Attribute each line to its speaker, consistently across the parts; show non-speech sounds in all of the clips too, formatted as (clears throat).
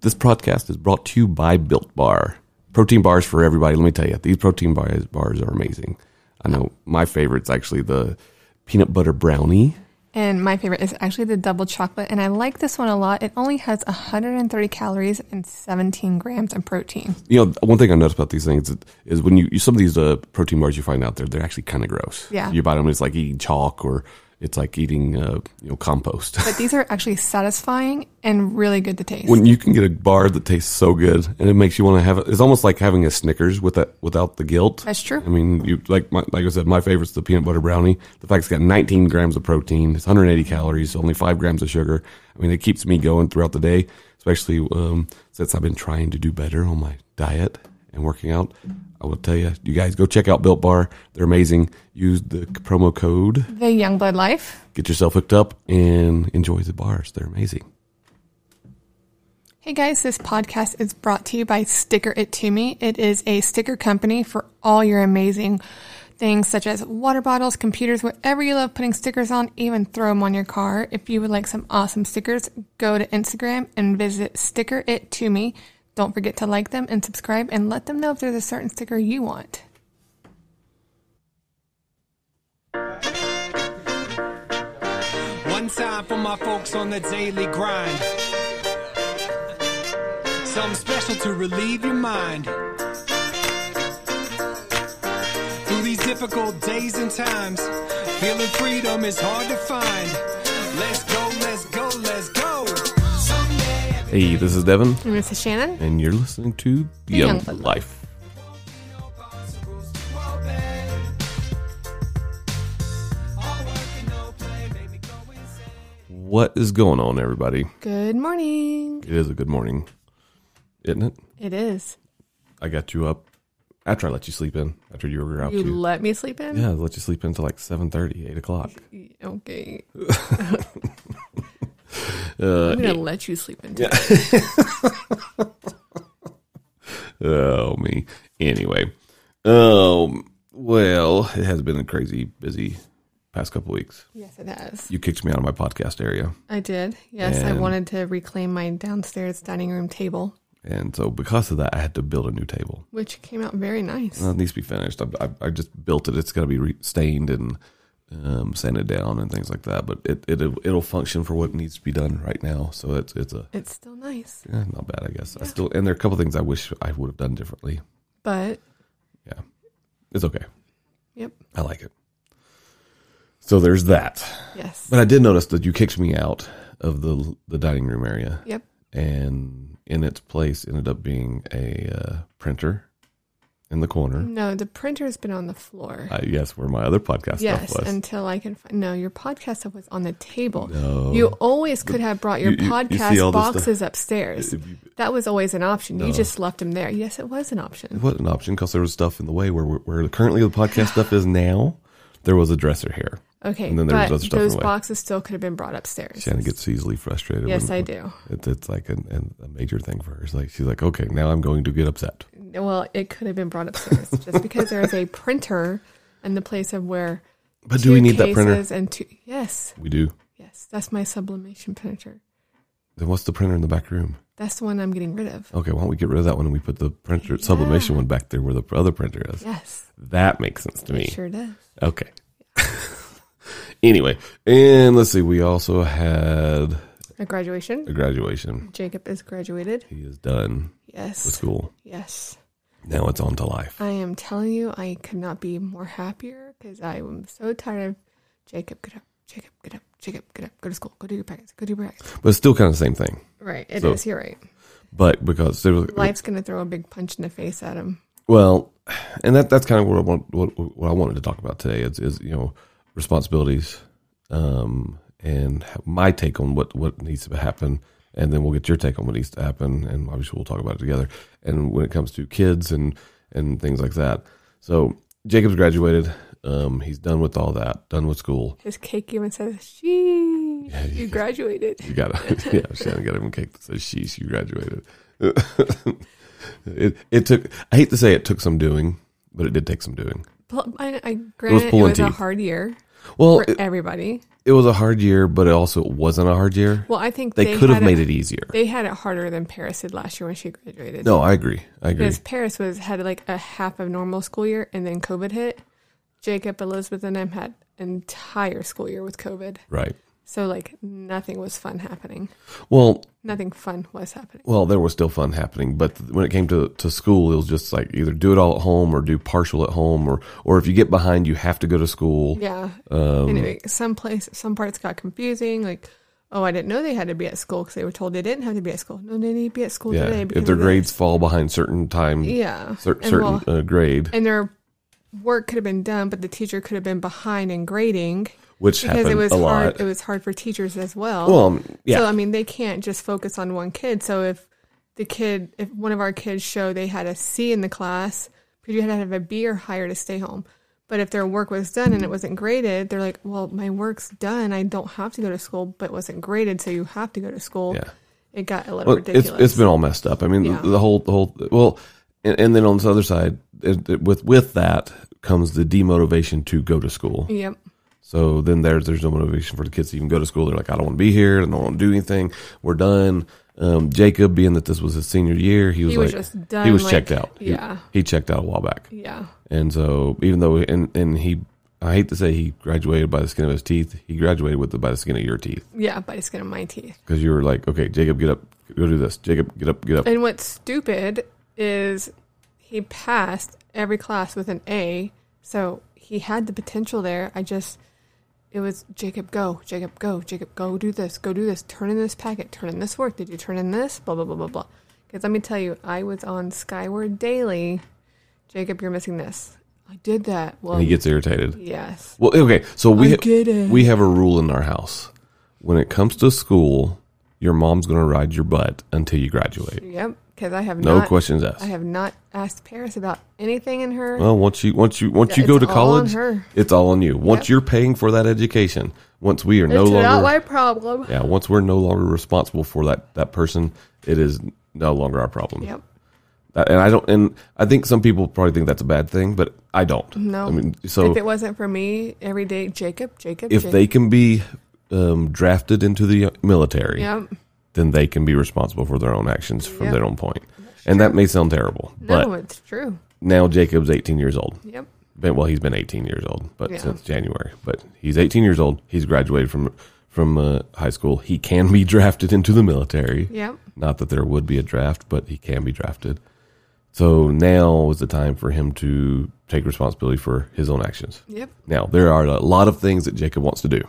Speaker 1: This podcast is brought to you by Built Bar. Protein bars for everybody. Let me tell you, these protein bars, bars are amazing. I know my favorite's actually the peanut butter brownie.
Speaker 2: And my favorite is actually the double chocolate. And I like this one a lot. It only has 130 calories and 17 grams of protein.
Speaker 1: You know, one thing I noticed about these things is when you, you some of these uh, protein bars you find out there, they're actually kind of gross.
Speaker 2: Yeah.
Speaker 1: You bite them, it's like eating chalk or it's like eating uh, you know compost. (laughs)
Speaker 2: But these are actually satisfying and really good to taste.
Speaker 1: when you can get a bar that tastes so good and it makes you want to have it, it's almost like having a Snickers with that without the guilt.
Speaker 2: That's true.
Speaker 1: I mean, you like my, like I said, my favorite's the peanut butter brownie. The fact it's got 19 grams of protein, it's 180 calories, only five grams of sugar. I mean, it keeps me going throughout the day, especially um, since I've been trying to do better on my diet and working out. I will tell you, you guys go check out Built Bar. They're amazing. Use the promo code,
Speaker 2: the Youngblood Life.
Speaker 1: get yourself hooked up, and enjoy the bars. They're amazing.
Speaker 2: Hey guys, this podcast is brought to you by Sticker It To Me. It is a sticker company for all your amazing things such as water bottles, computers, whatever you love putting stickers on, even throw them on your car. If you would like some awesome stickers, go to Instagram and visit Sticker It To Me. Don't forget to like them and subscribe and let them know if there's a certain sticker you want.
Speaker 3: One time for my folks on the daily grind. Something special to relieve your mind. Through these difficult days and times, feeling freedom is hard to find. Let's go, let's go, let's go.
Speaker 1: Hey, this is Devin.
Speaker 2: And this is Shannon.
Speaker 1: and you're listening to The
Speaker 2: Young
Speaker 1: Young
Speaker 2: Blood.
Speaker 1: Life. What is going on, everybody?
Speaker 2: Good morning.
Speaker 1: It is a good morning, isn't it?
Speaker 2: It is.
Speaker 1: I got you up after I let you sleep in after you were out.
Speaker 2: You
Speaker 1: to,
Speaker 2: let me sleep in?
Speaker 1: yeah, I let you sleep in until like 7.30, 8 o'clock. (laughs)
Speaker 2: Okay.
Speaker 1: Uh,
Speaker 2: I'm going to let you sleep in. today.
Speaker 1: Oh me. Anyway, um, well, it has been a crazy busy past couple weeks.
Speaker 2: Yes, it has.
Speaker 1: You kicked me out of my podcast area,
Speaker 2: I did. Yes, I
Speaker 1: And-
Speaker 2: wanted to reclaim my downstairs dining room table,
Speaker 1: and so because of that, I had to build a new table.
Speaker 2: which came out very nice.
Speaker 1: Well, it needs to be finished. I, I, I just built it. It's got to be re- stained and um, sanded down and things like that. But it, it it'll function for what needs to be done right now. So it's it's a
Speaker 2: it's still nice,
Speaker 1: eh, not bad, I guess. I still and there are a couple things I wish I would have done differently.
Speaker 2: but
Speaker 1: Yeah, it's okay.
Speaker 2: yep,
Speaker 1: I like it. So there's that.
Speaker 2: yes,
Speaker 1: But I did notice that you kicked me out of the the dining room area,
Speaker 2: yep.
Speaker 1: and in its place ended up being a uh, printer in the corner.
Speaker 2: No, the printer's been on the floor.
Speaker 1: I yes, where my other podcast
Speaker 2: yes,
Speaker 1: stuff was.
Speaker 2: until I can find. No, your podcast stuff was on the table.
Speaker 1: No.
Speaker 2: You always could have brought your
Speaker 1: You- you- you see
Speaker 2: podcast
Speaker 1: all this stuff.
Speaker 2: boxes upstairs.
Speaker 1: If you-
Speaker 2: That was always an option. You just left them there. Yes, it was an option.
Speaker 1: it wasn't an option because there was stuff in the way where we're- where currently the podcast stuff is now. There was a dresser here.
Speaker 2: Okay,
Speaker 1: And then there was
Speaker 2: but
Speaker 1: other stuff in
Speaker 2: those
Speaker 1: the way.
Speaker 2: boxes still could have been brought upstairs.
Speaker 1: Shannon gets easily frustrated.
Speaker 2: Yes,
Speaker 1: when-
Speaker 2: I do.
Speaker 1: It's, it's like an, an, a major thing for her. It's like she's like, okay, now I'm going to get upset.
Speaker 2: Well, it could have been brought upstairs just because there is a printer in the place of where.
Speaker 1: But do we
Speaker 2: two
Speaker 1: need that printer?
Speaker 2: cases And two, yes,
Speaker 1: We do.
Speaker 2: yes, that's my sublimation printer.
Speaker 1: Then what's the printer in the back room?
Speaker 2: That's the one I'm getting rid of.
Speaker 1: Okay, why don't we get rid of that one and we put the printer sublimation one back there where the other printer is?
Speaker 2: Yes,
Speaker 1: That makes sense to me.
Speaker 2: it sure does.
Speaker 1: Okay. (laughs) anyway, and let's see, we also had
Speaker 2: A graduation.
Speaker 1: a graduation.
Speaker 2: Jacob is graduated.
Speaker 1: He is done with
Speaker 2: Yes,
Speaker 1: school.
Speaker 2: yes.
Speaker 1: Now it's on to life.
Speaker 2: I am telling you, I could not be more happier because I am so tired of Jacob. Get up, Jacob. Get up, Jacob. Get up. Go to school. Go do your packets. Go do your packets.
Speaker 1: But it's still kind of the same thing.
Speaker 2: Right, It
Speaker 1: So-
Speaker 2: is, You're right.
Speaker 1: But because there was,
Speaker 2: Life's gonna throw a big punch in the face at him.
Speaker 1: Well, and that that's kind of what I want, what, what I wanted to talk about today is, is you know responsibilities, um, and my take on what what needs to happen, and then we'll get your take on what needs to happen, and obviously we'll talk about it together. And when it comes to kids and and things like that, so Jacob's graduated. Um, he's done with all that, done with school.
Speaker 2: His cake even says, "She, you graduated."
Speaker 1: You gotta, (laughs)
Speaker 2: (laughs)
Speaker 1: yeah, Shannon got him a cake that says "Sheesh, you graduated." (laughs) it it took. I hate to say it took some doing, but it did take some doing.
Speaker 2: Pl- I, I granted it was,
Speaker 1: pulling
Speaker 2: a
Speaker 1: teeth.
Speaker 2: hard year.
Speaker 1: Well,
Speaker 2: for
Speaker 1: it,
Speaker 2: everybody.
Speaker 1: it was a hard year, but it also wasn't a hard year.
Speaker 2: Well, I think
Speaker 1: they,
Speaker 2: they,
Speaker 1: could have
Speaker 2: had
Speaker 1: made it easier.
Speaker 2: They had it harder than Paris did last year when she graduated.
Speaker 1: no, I agree. I agree.
Speaker 2: because Paris was had like a half of normal school year, and then COVID hit. Jacob, Elizabeth, and them had entire school year with COVID,
Speaker 1: Right.
Speaker 2: so like nothing was fun happening.
Speaker 1: Well,
Speaker 2: Nothing fun was happening.
Speaker 1: well, there was still fun happening, but th- when it came to to school, it was just like either do it all at home or do partial at home, or or if you get behind, you have to go to school.
Speaker 2: Yeah.
Speaker 1: Um,
Speaker 2: anyway, some place, some parts got confusing. Like, oh, I didn't know they had to be at school because they were told they didn't have to be at school. No, they need to be at school
Speaker 1: yeah.
Speaker 2: today.
Speaker 1: If
Speaker 2: because
Speaker 1: their
Speaker 2: of this.
Speaker 1: grades fall behind certain time,
Speaker 2: Yeah.
Speaker 1: cer-
Speaker 2: And
Speaker 1: certain
Speaker 2: well-
Speaker 1: uh, grade,
Speaker 2: and their work could have been done, but the teacher could have been behind in grading
Speaker 1: which
Speaker 2: because
Speaker 1: happened
Speaker 2: it was
Speaker 1: a
Speaker 2: hard.
Speaker 1: lot.
Speaker 2: It was hard for teachers as well.
Speaker 1: well, um, yeah.
Speaker 2: So I mean, they can't just focus on one kid. So if the kid, if one of our kids showed they had a C in the class, but you had to have a B or higher to stay home. But if their work was done and it wasn't graded, they're like, "Well, my work's done. I don't have to go to school, but it wasn't graded, so you have to go to school."
Speaker 1: Yeah.
Speaker 2: It got a little
Speaker 1: Well, it's
Speaker 2: ridiculous.
Speaker 1: it's been all messed up. I mean,
Speaker 2: Yeah.
Speaker 1: the whole the whole well, and, and then on this other side, it, it- with with that comes the demotivation to go to school.
Speaker 2: yep.
Speaker 1: So then there's there's no motivation for the kids to even go to school. They're like, I don't want to be here. I don't want to do anything. We're done. Um, Jacob, being that this was his senior year, he was
Speaker 2: He
Speaker 1: like,
Speaker 2: was just done,
Speaker 1: he was
Speaker 2: like,
Speaker 1: checked out. He-
Speaker 2: yeah.
Speaker 1: he, checked out a while back.
Speaker 2: Yeah.
Speaker 1: And so even though and and he, I hate to say he graduated by the skin of his teeth. He graduated with the by the skin of your teeth
Speaker 2: Yeah. But it's gonna my teeth.
Speaker 1: because you were like, okay, Jacob, get up, go do this. Jacob, get up, get up.
Speaker 2: And what's stupid is he passed every class with an A, so he had the potential there. I just it was Jacob go, Jacob go, Jacob go do this, go do this, turn in this packet, turn in this work. Did you turn in this? Blah blah blah blah blah. Because let me tell you, I was on Skyward Daily. Jacob, you're missing this. I did that. Well,
Speaker 1: and he gets irritated.
Speaker 2: yes,
Speaker 1: Well, okay, so we
Speaker 2: I get it.
Speaker 1: we have a rule in our house. When it comes to school, your mom's going to ride your butt until you graduate.
Speaker 2: yep. Because I have
Speaker 1: No
Speaker 2: not,
Speaker 1: questions asked.
Speaker 2: I have not asked Paris about anything in her.
Speaker 1: well, once you once you once you
Speaker 2: It's
Speaker 1: go to
Speaker 2: all on
Speaker 1: college,
Speaker 2: her.
Speaker 1: it's all on you. Once
Speaker 2: Yep.
Speaker 1: you're paying for that education, once we are no
Speaker 2: it's
Speaker 1: longer
Speaker 2: not my problem.
Speaker 1: yeah, once we're no longer responsible for that that person, it is no longer our problem.
Speaker 2: Yep.
Speaker 1: Uh, And I don't and I think some people probably think that's a bad thing, but I don't.
Speaker 2: No.
Speaker 1: I mean, so
Speaker 2: if it wasn't for me every day, Jacob, Jacob,
Speaker 1: if
Speaker 2: Jacob.
Speaker 1: they can be um, drafted into the military,
Speaker 2: Yep.
Speaker 1: then they can be responsible for their own actions from
Speaker 2: Yep.
Speaker 1: their own point. And that may sound terrible, but
Speaker 2: no, it's true.
Speaker 1: now Jacob's 18 years old.
Speaker 2: Yep.
Speaker 1: Been, well, he's been 18 years old, but
Speaker 2: Yeah.
Speaker 1: since January. But he's 18 years old. He's graduated from from uh, high school. He can be (laughs) drafted into the military.
Speaker 2: Yep.
Speaker 1: Not that there would be a draft, but he can be drafted. So now is the time for him to take responsibility for his own actions.
Speaker 2: Yep.
Speaker 1: Now there are a lot of things that Jacob wants to do.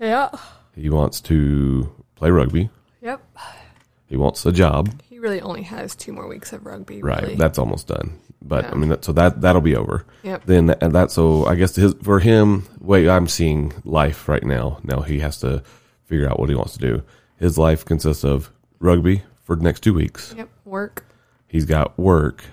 Speaker 2: Yep.
Speaker 1: He wants to play rugby.
Speaker 2: Yep.
Speaker 1: He wants a job.
Speaker 2: He really only has two more weeks of rugby.
Speaker 1: Right,
Speaker 2: Really.
Speaker 1: that's almost done. But I
Speaker 2: Yeah.
Speaker 1: mean, that, so that that'll be over.
Speaker 2: Yep.
Speaker 1: Then that, and that so I guess his, for him, wait, I'm seeing life right now. Now he has to figure out what he wants to do. His life consists of rugby for the next two weeks.
Speaker 2: yep. Work.
Speaker 1: He's got work,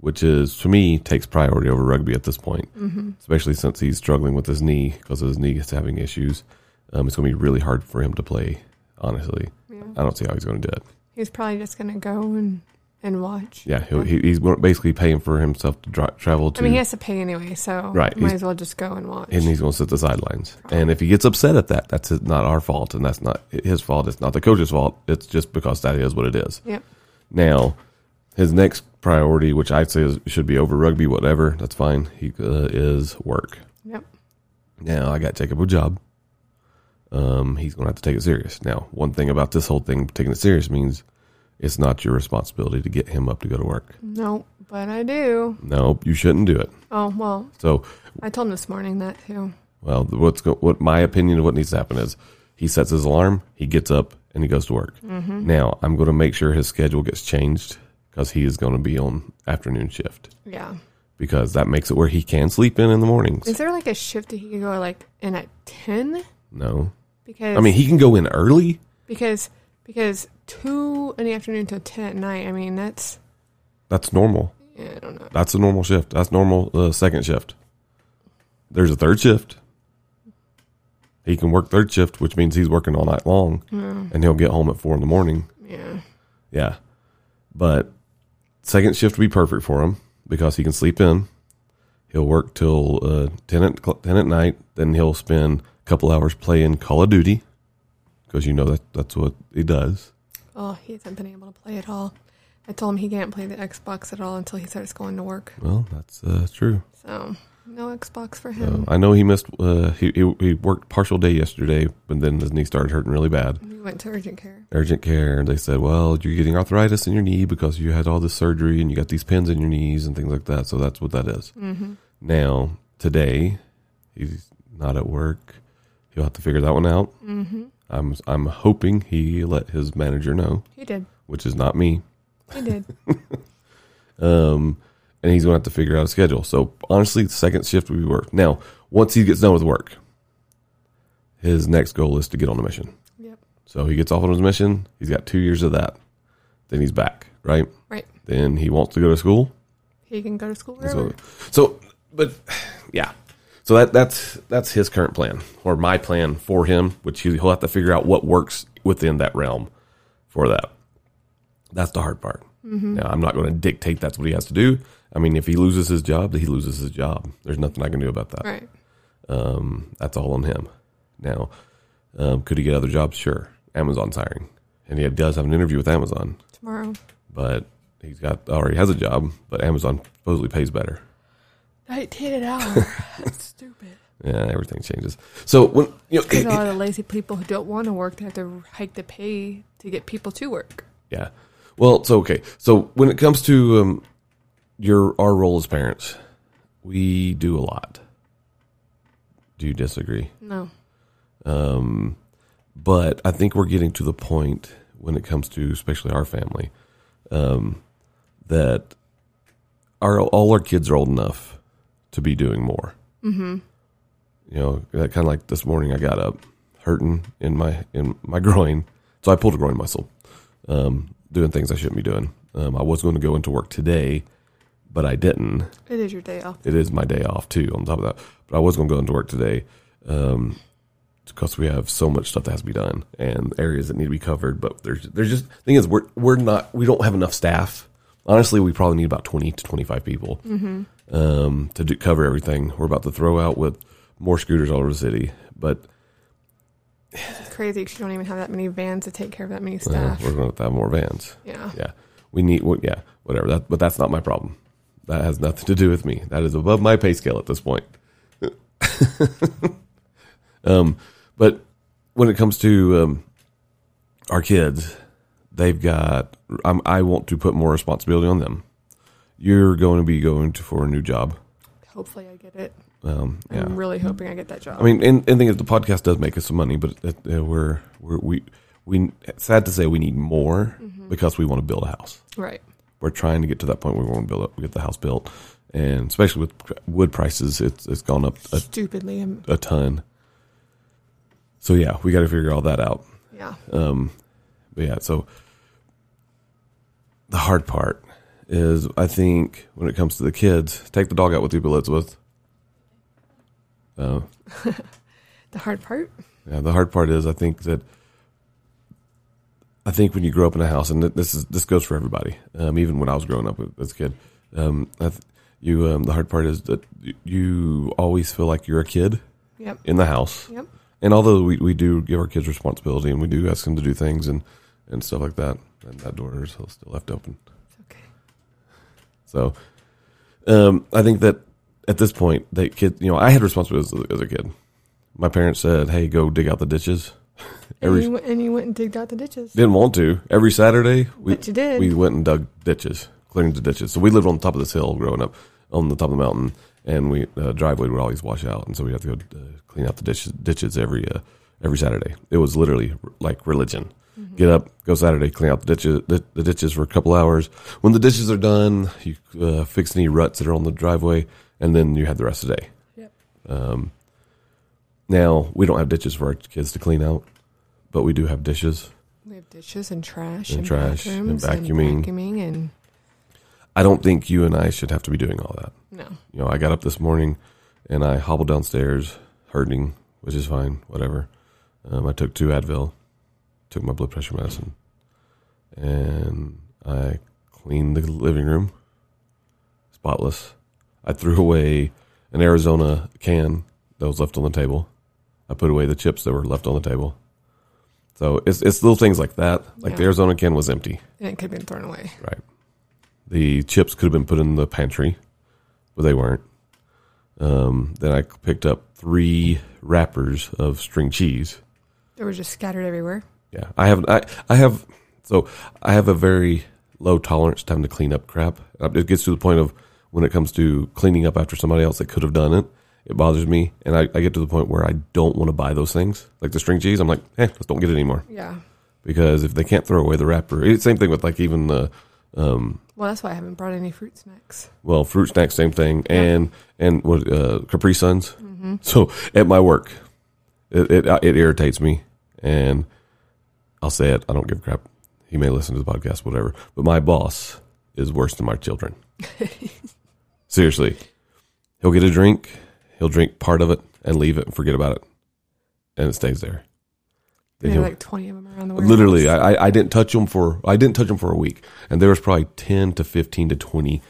Speaker 1: which is to me takes priority over rugby at this point,
Speaker 2: Mm-hmm.
Speaker 1: especially since he's struggling with his knee because his knee is having issues. Um, it's going to be really hard for him to play. Honestly, I don't see how he's going to do it.
Speaker 2: He's probably just gonna go and and watch.
Speaker 1: Yeah, he'll, he, he's basically paying for himself to dri travel to.
Speaker 2: I mean, he has to pay anyway, so
Speaker 1: Right,
Speaker 2: Might
Speaker 1: he's-
Speaker 2: as well just go and watch.
Speaker 1: and he's going to sit the sidelines. And if he gets upset at that, that's his- not our fault, and that's not his fault. It's not the coach's fault. It's just because that is what it is.
Speaker 2: yep.
Speaker 1: Now, his next priority, which I'd say is, should be over rugby, whatever, that's fine. He uh, is work.
Speaker 2: Yep.
Speaker 1: Now I got Jacob a job. Um, he's going to have to take it serious. Now, one thing about this whole thing taking it serious means it's not your responsibility to get him up to go to work.
Speaker 2: No, but I do.
Speaker 1: No, you shouldn't do it.
Speaker 2: Oh well,
Speaker 1: So
Speaker 2: I told him this morning that too.
Speaker 1: Well, th- what's go- what my opinion of what needs to happen is he sets his alarm, he gets up, and he goes to work. Now I'm going to make sure his schedule gets changed because he is going to be on afternoon shift
Speaker 2: Yeah.
Speaker 1: because that makes it where he can sleep in in the mornings.
Speaker 2: Is there like a shift that he could go like in at ten?
Speaker 1: no,
Speaker 2: Because
Speaker 1: I mean he can go in early.
Speaker 2: because because two in the afternoon till ten at night. I mean, that's
Speaker 1: That's normal.
Speaker 2: yeah, I don't know.
Speaker 1: That's a normal shift. That's normal uh, second shift. There's a third shift. He can work third shift, which means he's working all night long, and he'll get home at four in the morning.
Speaker 2: Yeah,
Speaker 1: Yeah. But second shift would be perfect for him because he can sleep in. He'll work till uh, ten at cl- ten at night. Then he'll spend a couple hours playing Call of Duty because you know that that's what he does.
Speaker 2: Oh, he hasn't been able to play at all. I told him he can't play the Xbox at all until he starts going to work.
Speaker 1: Well, that's uh, true.
Speaker 2: So no Xbox for
Speaker 1: Uh,
Speaker 2: him.
Speaker 1: I know he missed. Uh, he, he he worked partial day yesterday, but then his knee started hurting really bad.
Speaker 2: we went to urgent care.
Speaker 1: Urgent care, and they said, "Well, you're getting arthritis in your knee because you had all this surgery and you got these pins in your knees and things like that." So that's what that is. Now today, he's not at work. He'll have to figure that one out. Mm-hmm. I'm I'm hoping he let his manager know,
Speaker 2: He did.
Speaker 1: which is not me.
Speaker 2: He did. (laughs)
Speaker 1: um, and he's going to have to figure out a schedule. So honestly, the second shift would be work. Now, once he gets done with work, his next goal is to get on a mission.
Speaker 2: yep.
Speaker 1: So he gets off on his mission. He's got two years of that. Then he's back, right?
Speaker 2: Right.
Speaker 1: Then he wants to go to school.
Speaker 2: He can go to school
Speaker 1: So,
Speaker 2: wherever.
Speaker 1: so, but yeah. So that that's that's his current plan or my plan for him, which he- he'll have to figure out what works within that realm for that. That's the hard part. Now, I'm not going to dictate that's what he has to do. I mean, if he loses his job, he loses his job. There's nothing I can do about that.
Speaker 2: Right.
Speaker 1: Um, that's all on him. Now, um, could he get other jobs? Sure. Amazon's hiring, and he does have an interview with Amazon,
Speaker 2: Tomorrow.
Speaker 1: but he's got already has a job, but Amazon supposedly pays better.
Speaker 2: Nineteen an hour. That's stupid.
Speaker 1: Yeah, everything changes. So when you know,
Speaker 2: Because a lot of the lazy people who don't want to work, they have to hike the pay to get people to work.
Speaker 1: (laughs) yeah. Well, so okay. So when it comes to um, your our role as parents, we do a lot. Do you disagree?
Speaker 2: No.
Speaker 1: Um, but I think we're getting to the point when it comes to especially our family um, that our all our kids are old enough to be doing more. Mm-hmm. You know, that kind of like this morning, I got up hurting in my in my (laughs) groin, so I pulled a groin muscle, um, doing things I shouldn't be doing. Um, I was going to go into work today, but I didn't
Speaker 2: It is your day off.
Speaker 1: it is my day off too. On top of that, but I was going to go into work today um, because we have so much stuff that has to be done and areas that need to be covered. But there's there's just thing is we're we're not we don't have enough staff. Honestly, we probably need about twenty to twenty five people um, to do, cover everything. We're about to throw out with more scooters all over the city, but
Speaker 2: It's crazy 'cause you don't even have that many vans to take care of that many
Speaker 1: uh,
Speaker 2: staff.
Speaker 1: we're going to have more vans.
Speaker 2: yeah.
Speaker 1: Yeah, we need. Well, yeah, whatever. That, but that's not my problem. That has nothing to do with me. That is above my pay scale at this point. (laughs) um, but when it comes to um, our kids, they've got. I'm, I want to put more responsibility on them. You're going to be going to, for a new job.
Speaker 2: Hopefully, I get it.
Speaker 1: Um, yeah.
Speaker 2: I'm really hoping I get that job.
Speaker 1: I mean, and, and thing is, the podcast does make us some money, but it, uh, we're, we're we we sad to say we need more because we want to build a house
Speaker 2: right.
Speaker 1: we're trying to get to that point where we want to build up, get the house built, and especially with wood prices, it's it's gone up a,
Speaker 2: Stupidly. I'm,
Speaker 1: a ton. So yeah, we got to figure all that out.
Speaker 2: yeah.
Speaker 1: Um, but yeah, so the hard part is, I think, when it comes to the kids, take the dog out with you, Elizabeth. Uh,
Speaker 2: The hard part.
Speaker 1: yeah, the hard part is, I think that I think when you grow up in a house, and th- this is this goes for everybody. Um, even when I was growing up with- as a kid, um, I th- you um, the hard part is that y- you always feel like you're a kid
Speaker 2: Yep.
Speaker 1: in the house.
Speaker 2: Yep.
Speaker 1: And although we, we do give our kids responsibility and we do ask them to do things and, and stuff like that, and that door is still left open.
Speaker 2: It's okay.
Speaker 1: So, um, I think that at this point, that kid, you know, I had responsibilities as a- as a kid. My parents said, "Hey, go dig out the ditches." (laughs)
Speaker 2: and, you, went- and you went and digged out the ditches.
Speaker 1: Didn't want to. Every Saturday, we
Speaker 2: But you did.
Speaker 1: we went and dug ditches, cleared the ditches. So we lived on top of this hill growing up, on the top of the mountain, and we uh, driveway would always wash out, and so we had to go uh, clean out the ditches, ditches every uh, every Saturday. It was literally r- like religion.
Speaker 2: Mm-hmm.
Speaker 1: Get up, go Saturday, clean out the ditches, the, the ditches for a couple hours. When the ditches are done, you uh, fix any ruts that are on the driveway, and then you had the rest of the day.
Speaker 2: Yep.
Speaker 1: Um, now we don't have ditches for our kids to clean out, but we do have dishes.
Speaker 2: We have dishes and trash
Speaker 1: And
Speaker 2: and,
Speaker 1: trash and
Speaker 2: bathrooms
Speaker 1: vacuuming.
Speaker 2: and vacuuming and
Speaker 1: I don't think you and I should have to be doing all that.
Speaker 2: no.
Speaker 1: You know, I got up this morning and I hobbled downstairs hurting, which is fine, whatever. Um, I took two Advil, took my blood pressure medicine, and I cleaned the living room, spotless. I threw away an Arizona can that was left on the table. I put away the chips that were left on the table. So it's it's little things like that. Like the
Speaker 2: Yeah.
Speaker 1: Arizona can was empty.
Speaker 2: and it could have been thrown away.
Speaker 1: Right. The chips could have been put in the pantry, but they weren't. Um, then I picked up three wrappers of string cheese.
Speaker 2: They were just scattered everywhere.
Speaker 1: Yeah, I have I, I have so I have a very low tolerance to having to clean up crap. Uh, It gets to the point of when it comes to cleaning up after somebody else that could have done it, it bothers me, and I, I get to the point where I don't want to buy those things like the string cheese. I'm like, eh, let's don't get it anymore
Speaker 2: Yeah.
Speaker 1: because if they can't throw away the wrapper, it's same thing with like even the um,
Speaker 2: Well, that's why I haven't brought any fruit snacks.
Speaker 1: well, fruit snacks, same thing, and and what uh, Capri Suns. So at my work, it, it uh, it irritates me, and I'll say it. I don't give a crap. He may listen to the podcast, whatever. But my boss is worse than my children. Seriously, he'll get a drink, he'll drink part of it and leave it and forget about it, and it stays there. Then
Speaker 2: Maybe
Speaker 1: he'll-
Speaker 2: like twenty of them around the world.
Speaker 1: Literally, I, I- I didn't touch them for I didn't touch them for a week, and there was probably ten to fifteen to twenty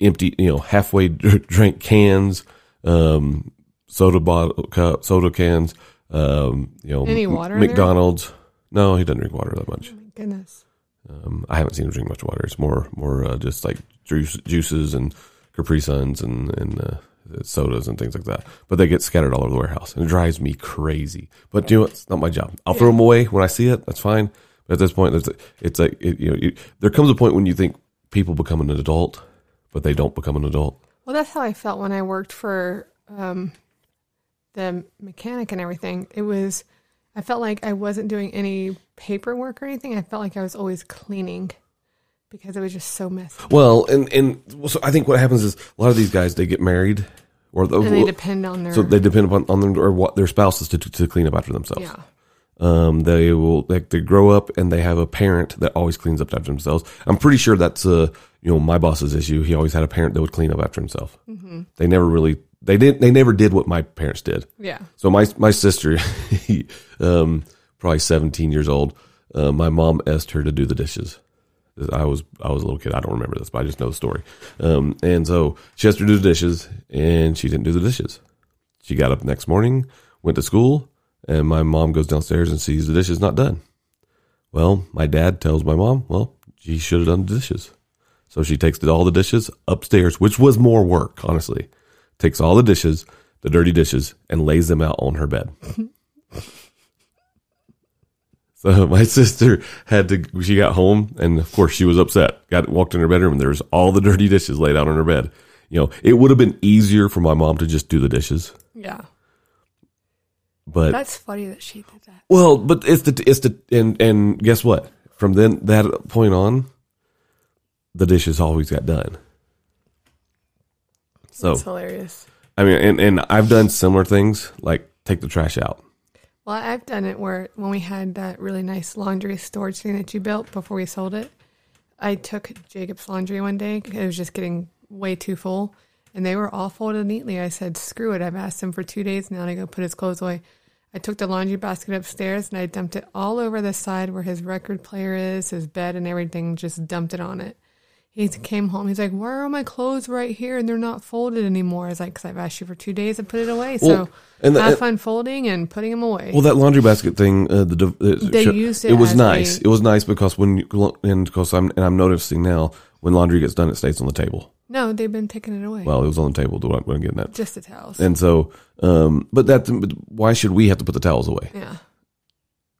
Speaker 1: empty, you know, halfway (laughs) dr- drink cans, um, soda bottle cup, soda cans, um, you know,
Speaker 2: Any
Speaker 1: M-
Speaker 2: water in there?
Speaker 1: McDonald's. No, he doesn't drink water that much.
Speaker 2: Oh my goodness.
Speaker 1: Um, I haven't seen him drink much water. It's more more uh, just like juice, juices and Capri Suns and and uh, sodas and things like that. But they get scattered all over the warehouse, and it drives me crazy. But you know, what? it's not my job. I'll throw them away when I see it. That's fine. But at this point, it's, it's like it, you know, you there comes a point when you think people become an adult, but they don't become an adult.
Speaker 2: Well, that's how I felt when I worked for um, the mechanic and everything. It was, I felt like I wasn't doing any paperwork or anything. I felt like I was always cleaning because it was just so messy.
Speaker 1: Well, and and well, so I think what happens is a lot of these guys they get married, or the,
Speaker 2: And they depend on their.
Speaker 1: so they depend upon on them or what their spouses to to clean up after themselves.
Speaker 2: yeah.
Speaker 1: Um, they will like they grow up and they have a parent that always cleans up after themselves. I'm pretty sure that's uh you know my boss's issue. He always had a parent that would clean up after himself. They never really they did they never did what my parents did.
Speaker 2: Yeah.
Speaker 1: So my my sister, (laughs) um, probably 17 years old. Uh, my mom asked her to do the dishes. I was I was a little kid. I don't remember this, but I just know the story. Um, and so she asked her to do the dishes, and she didn't do the dishes. She got up next morning, went to school, and my mom goes downstairs and sees the dishes not done. Well, my dad tells my mom, well, she should have done the dishes. So she takes all the dishes upstairs, which was more work, honestly. Takes all the dishes, the dirty dishes, and lays them out on her bed. (laughs) so my sister had to, she got home, and of course she was upset. Got walked in her bedroom, and there's all the dirty dishes laid out on her bed. You know, it would have been easier for my mom to just do the dishes,
Speaker 2: Yeah.
Speaker 1: but
Speaker 2: That's funny that she did that.
Speaker 1: Well, but it's the it's the and and guess what? From then that point on, the dishes always got done. So
Speaker 2: That's hilarious.
Speaker 1: I mean, and and I've done similar things like take the trash out.
Speaker 2: Well, I've done it where when we had that really nice laundry storage thing that you built before we sold it, I took Jacob's laundry one day. 'cause It was just getting way too full, and they were all folded neatly. I said, "Screw it!" I've asked him for two days now to go put his clothes away. I took the laundry basket upstairs and I dumped it all over the side where his record player is, his bed, and everything. Just dumped it on it. He came home. He's like, "Why are all my clothes right here and they're not folded anymore?" I was like, "Cause I've asked you for two days to put it away."
Speaker 1: Well,
Speaker 2: so
Speaker 1: and the-
Speaker 2: have
Speaker 1: and-
Speaker 2: fun folding and putting them away.
Speaker 1: Well, that laundry basket thing, uh, the div- it,
Speaker 2: They
Speaker 1: sure-
Speaker 2: used it
Speaker 1: was
Speaker 2: as
Speaker 1: nice.
Speaker 2: a-
Speaker 1: It was nice because when you, and because I'm and I'm noticing now when laundry gets done, it stays on the table.
Speaker 2: No, they've been taking it away.
Speaker 1: Well, it was on the table. Do I'm getting that.
Speaker 2: just the towels.
Speaker 1: And so, um, but that why should we have to put the towels away?
Speaker 2: yeah.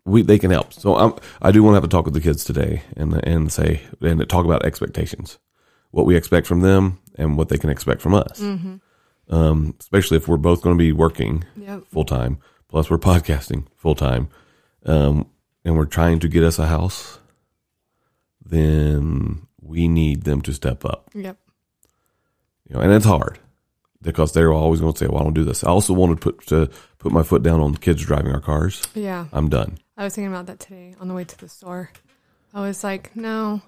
Speaker 1: we they can help. So I'm, I do want to have a talk with the kids today and and say and talk about expectations, what we expect from them and what they can expect from us.
Speaker 2: Mm-hmm.
Speaker 1: Um, especially if we're both going to be working
Speaker 2: Yep.
Speaker 1: full time, plus we're podcasting full time, um, and we're trying to get us a house. Then we need them to step up
Speaker 2: Yep.
Speaker 1: you know, and it's hard because they're always going to say, "Well, I don't do this." I also want to put to put my foot down on the kids driving our cars.
Speaker 2: Yeah.
Speaker 1: I'm done.
Speaker 2: I was thinking about that today on the way to the store. I was like, no,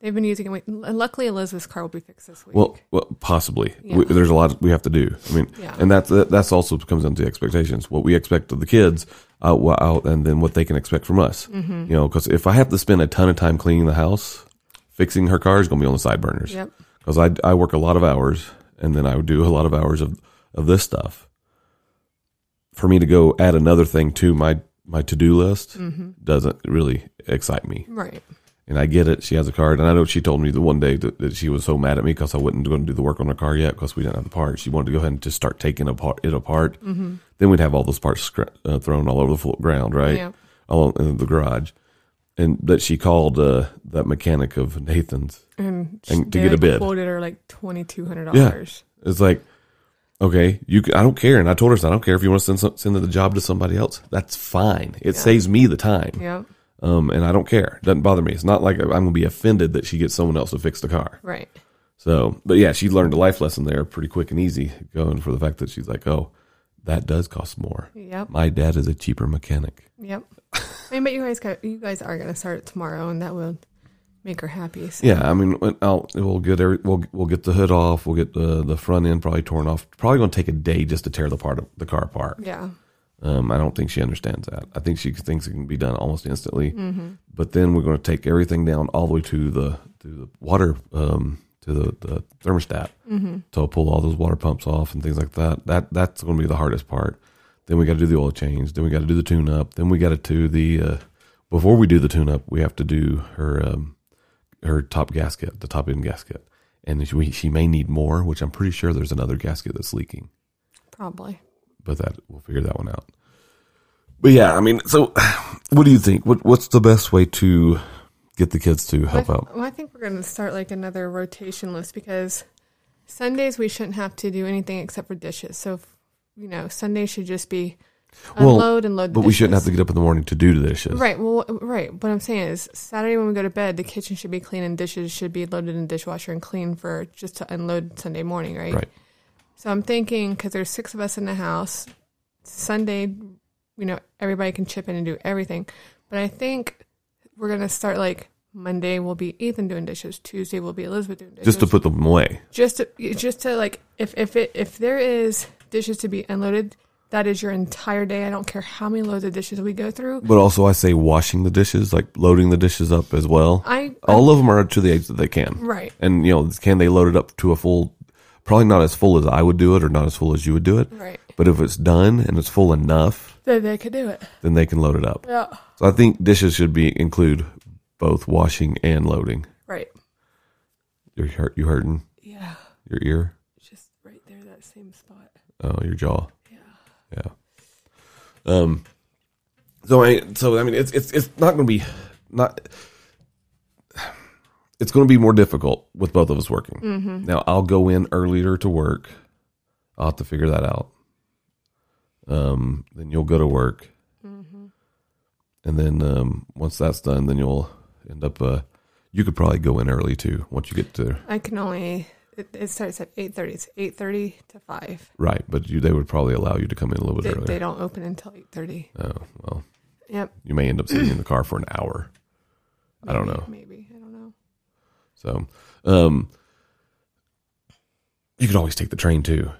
Speaker 2: they've been using it. Wait, and luckily, Elizabeth's car will be fixed this week.
Speaker 1: Well, well possibly. We,
Speaker 2: Yeah.
Speaker 1: there's a lot we have to do. I mean,
Speaker 2: Yeah.
Speaker 1: and that's that- that's also comes down to expectations. What we expect of the kids out, wa- out and then what they can expect from us.
Speaker 2: Mm-hmm.
Speaker 1: You know, because if I have to spend a ton of time cleaning the house, fixing her car is going to be on the side burners.
Speaker 2: Yep.
Speaker 1: Because I I work a lot of hours and then I would do a lot of hours of of this stuff. For me to go add another thing to my my to do list
Speaker 2: Mm-hmm.
Speaker 1: doesn't really excite me.
Speaker 2: Right.
Speaker 1: And I get it. She has a card, and I know she told me the one day that, that she was so mad at me because I wasn't going to do the work on her car yet because we didn't have the parts. She wanted to go ahead and just start taking apart, it apart.
Speaker 2: Mm-hmm.
Speaker 1: Then we'd have all those parts scr- uh, thrown all over the floor, ground, right?
Speaker 2: Yeah.
Speaker 1: All in the garage, and that she called uh, that mechanic of Nathan's.
Speaker 2: And,
Speaker 1: And to
Speaker 2: they,
Speaker 1: get a
Speaker 2: like,
Speaker 1: bid.
Speaker 2: quoted her like twenty two hundred
Speaker 1: Yeah,
Speaker 2: dollars.
Speaker 1: it's like okay, you. c- I don't care, and I told her, I said, I don't care if you want to send some, send the job to somebody else. That's fine. It saves me the time.
Speaker 2: Yeah.
Speaker 1: um, and I don't care. Doesn't bother me. It's not like I'm going to be offended that she gets someone else to fix the car.
Speaker 2: Right.
Speaker 1: So, but yeah, she learned a life lesson there pretty quick and easy, going for the fact that she's like, oh, that does cost more.
Speaker 2: Yep.
Speaker 1: My dad is a cheaper mechanic.
Speaker 2: Yep. I mean, but you guys got you guys are gonna start it tomorrow, and that will make her happy. So.
Speaker 1: Yeah, I mean, when- I'll, we'll get every, we'll we'll get the hood off. We'll get the the front end probably torn off. Probably going to take a day just to tear the part of the car apart.
Speaker 2: Yeah.
Speaker 1: Um, I don't think she understands that. I think she thinks it can be done almost instantly. But then we're going to take everything down all the way to the to the water um, to the, the thermostat. Mm-hmm. So pull all those water pumps off and things like that. That that's going to be the hardest part. Then we got to do the oil change. Then we got to do the tune up. Then we got to do the uh, before we do the tune up, we have to do her um, her top gasket, the top end gasket, and she, she may need more, which I'm pretty sure there's another gasket that's leaking
Speaker 2: Probably.
Speaker 1: but that we'll figure that one out. But yeah, I mean, so (sighs) what do you think? What what's the best way to get the kids to help
Speaker 2: I-
Speaker 1: out?
Speaker 2: Well, I think we're going to start like another rotation list because Sundays we shouldn't have to do anything except for dishes. So, if, you know, Sunday should just be
Speaker 1: Well,
Speaker 2: unload and load. The
Speaker 1: But we shouldn't have to
Speaker 2: dishes.
Speaker 1: get up in the morning to do the dishes.
Speaker 2: Right. Well, right. What I'm saying is Saturday when we go to bed, the kitchen should be clean and dishes should be loaded in the dishwasher and clean for just to unload Sunday morning, right?
Speaker 1: Right.
Speaker 2: So I'm thinking because there's six of us in the house, Sunday, you know, everybody can chip in and do everything. But I think we're gonna start like Monday will be Ethan doing dishes, Tuesday will be Elizabeth doing dishes.
Speaker 1: Just to put them away.
Speaker 2: just to, just to like if if it if there is dishes to be unloaded, that is your entire day. I don't care how many loads of dishes we go through.
Speaker 1: But also, I say washing the dishes, like loading the dishes up as well.
Speaker 2: I-
Speaker 1: all of them are to the age that they can.
Speaker 2: Right.
Speaker 1: And you know, can they load it up to a full? Probably not as full as I would do it, or not as full as you would do it.
Speaker 2: Right.
Speaker 1: But if it's done and it's full enough,
Speaker 2: Then they could do it.
Speaker 1: then they can load it up.
Speaker 2: Yeah.
Speaker 1: So I think dishes should be include both washing and loading.
Speaker 2: Right.
Speaker 1: You're hurt. You hurting
Speaker 2: Yeah.
Speaker 1: your ear?
Speaker 2: Just right there, that same spot.
Speaker 1: Oh, your jaw. Yeah. Yeah. Um. So I. So I mean, it's it's it's not going to be not. It's going to be more difficult with both of us working.
Speaker 2: Mm-hmm.
Speaker 1: Now I'll go in earlier to work. I'll have to figure that out. Um. Then you'll go to work.
Speaker 2: Mm-hmm.
Speaker 1: And then um, once that's done, then you'll end up. Uh, you could probably go in early too. Once you get to
Speaker 2: I can only. It, it starts at eight thirty. It's eight thirty to five.
Speaker 1: right, but you, they would probably allow you to come in a little bit
Speaker 2: They,
Speaker 1: earlier.
Speaker 2: they don't open until eight thirty.
Speaker 1: Oh well,
Speaker 2: Yep.
Speaker 1: you may end up sitting in the car for an hour. I don't know.
Speaker 2: Maybe I don't know.
Speaker 1: So, um, you could always take the train too,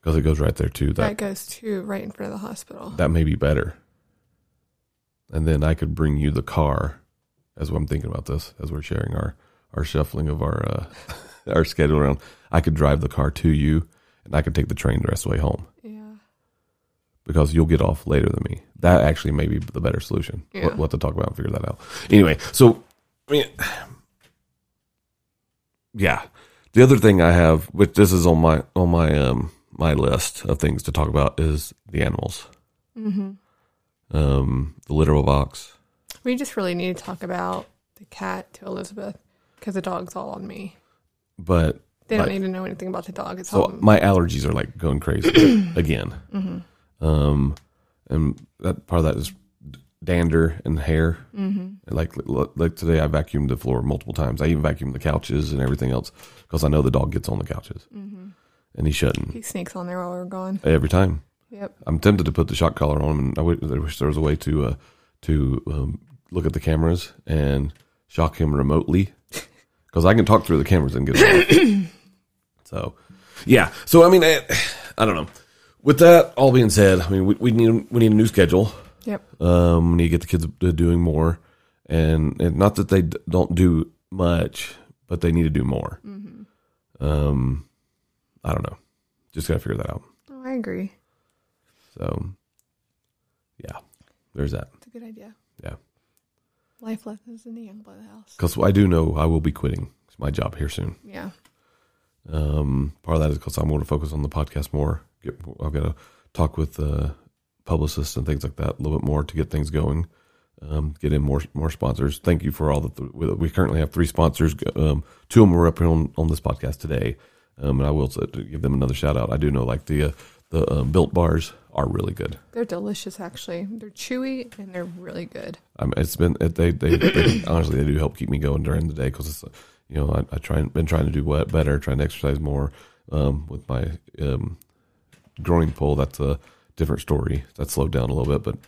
Speaker 1: because it goes right there too.
Speaker 2: That
Speaker 1: That
Speaker 2: goes to right in front of the hospital.
Speaker 1: that may be better. And then I could bring you the car, as I'm thinking about this, as we're sharing our our shuffling of our uh, (laughs) our schedule around. I could drive the car to you, and I could take the train the rest of the way home
Speaker 2: Yeah.
Speaker 1: because you'll get off later than me. That actually may be the better solution.
Speaker 2: Yeah.
Speaker 1: We'll, we'll have to talk about and figure that out. Anyway, so I mean, yeah. The other thing I have, which this is on my on my um my list of things to talk about, is the animals. Mm-hmm. Um, the literal box.
Speaker 2: We just really need to talk about the cat to Elizabeth because the dog's all on me.
Speaker 1: But
Speaker 2: They don't
Speaker 1: like-
Speaker 2: need to know anything about the dog. It's all
Speaker 1: So my allergies are like going crazy again. Um, and that part of that is dander and hair. Mm-hmm. Like like today, I vacuumed the floor multiple times. I even vacuumed the couches and everything else because I know the dog gets on the couches, and he shouldn't
Speaker 2: Mm-hmm. he sneaks on there while we're gone.
Speaker 1: every time.
Speaker 2: Yep.
Speaker 1: I'm tempted to put the shock collar on him, and I wish, I wish there was a way to uh, to um, look at the cameras and shock him remotely because I can talk through the cameras and get it. (coughs) off. so, yeah. So I mean, I, I don't know. With that all being said, I mean, we, we need we need a new schedule.
Speaker 2: Yep.
Speaker 1: Um, we need to get the kids uh, doing more, and, and not that they d- don't do much, but they need to do more. Um, I don't know. Just gotta figure that out.
Speaker 2: Oh, I agree.
Speaker 1: So, yeah, there's that.
Speaker 2: It's a good idea.
Speaker 1: Yeah,
Speaker 2: Life lessons in the Youngblood house.
Speaker 1: because I do know I will be quitting my job here soon.
Speaker 2: Yeah.
Speaker 1: Um, part of that is because I'm going to focus on the podcast more. Get, I've got to talk with uh, publicists and things like that a little bit more to get things going. Um, get in more more sponsors. Thank you for all the. Th- we we currently have three sponsors. Um, two of them were up here on, on this podcast today, um, and I will s- give them another shout out. I do know like the uh, the um, built bars are really good.
Speaker 2: They're delicious, actually. They're chewy and they're really good.
Speaker 1: Um, it's been it, they, they, they honestly they do help keep me going during the day because it's uh, you know I, I try and been trying to do what better, trying to exercise more um, with my um, groin pull. That's a different story. That slowed down a little bit, but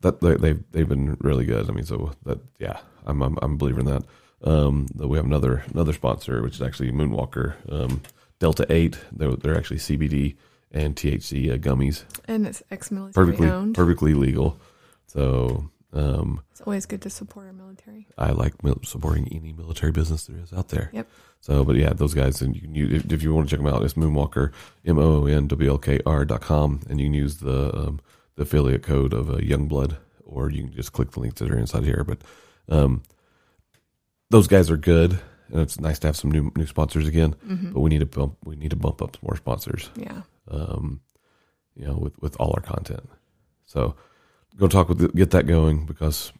Speaker 1: that they, they've they've been really good. I mean, so that yeah, I'm I'm, I'm a believer in that. Um, that we have another another sponsor, which is actually Moonwalker um, Delta Eight. They're they're actually CBD and THC uh, gummies,
Speaker 2: And it's ex military
Speaker 1: perfectly
Speaker 2: owned.
Speaker 1: perfectly legal. So. Um,
Speaker 2: It's always good to support our military.
Speaker 1: I like mil- supporting any military business there is out there.
Speaker 2: Yep.
Speaker 1: So, but yeah, those guys, and you can use, if, if you want to check them out, it's Moonwalker, M O N W L K R dot com, and you can use the um, the affiliate code of uh, Youngblood, or you can just click the links that are inside here. But um, those guys are good, and it's nice to have some new new sponsors again. But we need to bump we need to bump up more sponsors
Speaker 2: Yeah.
Speaker 1: um, you know, with, with all our content. So go talk with, get that going because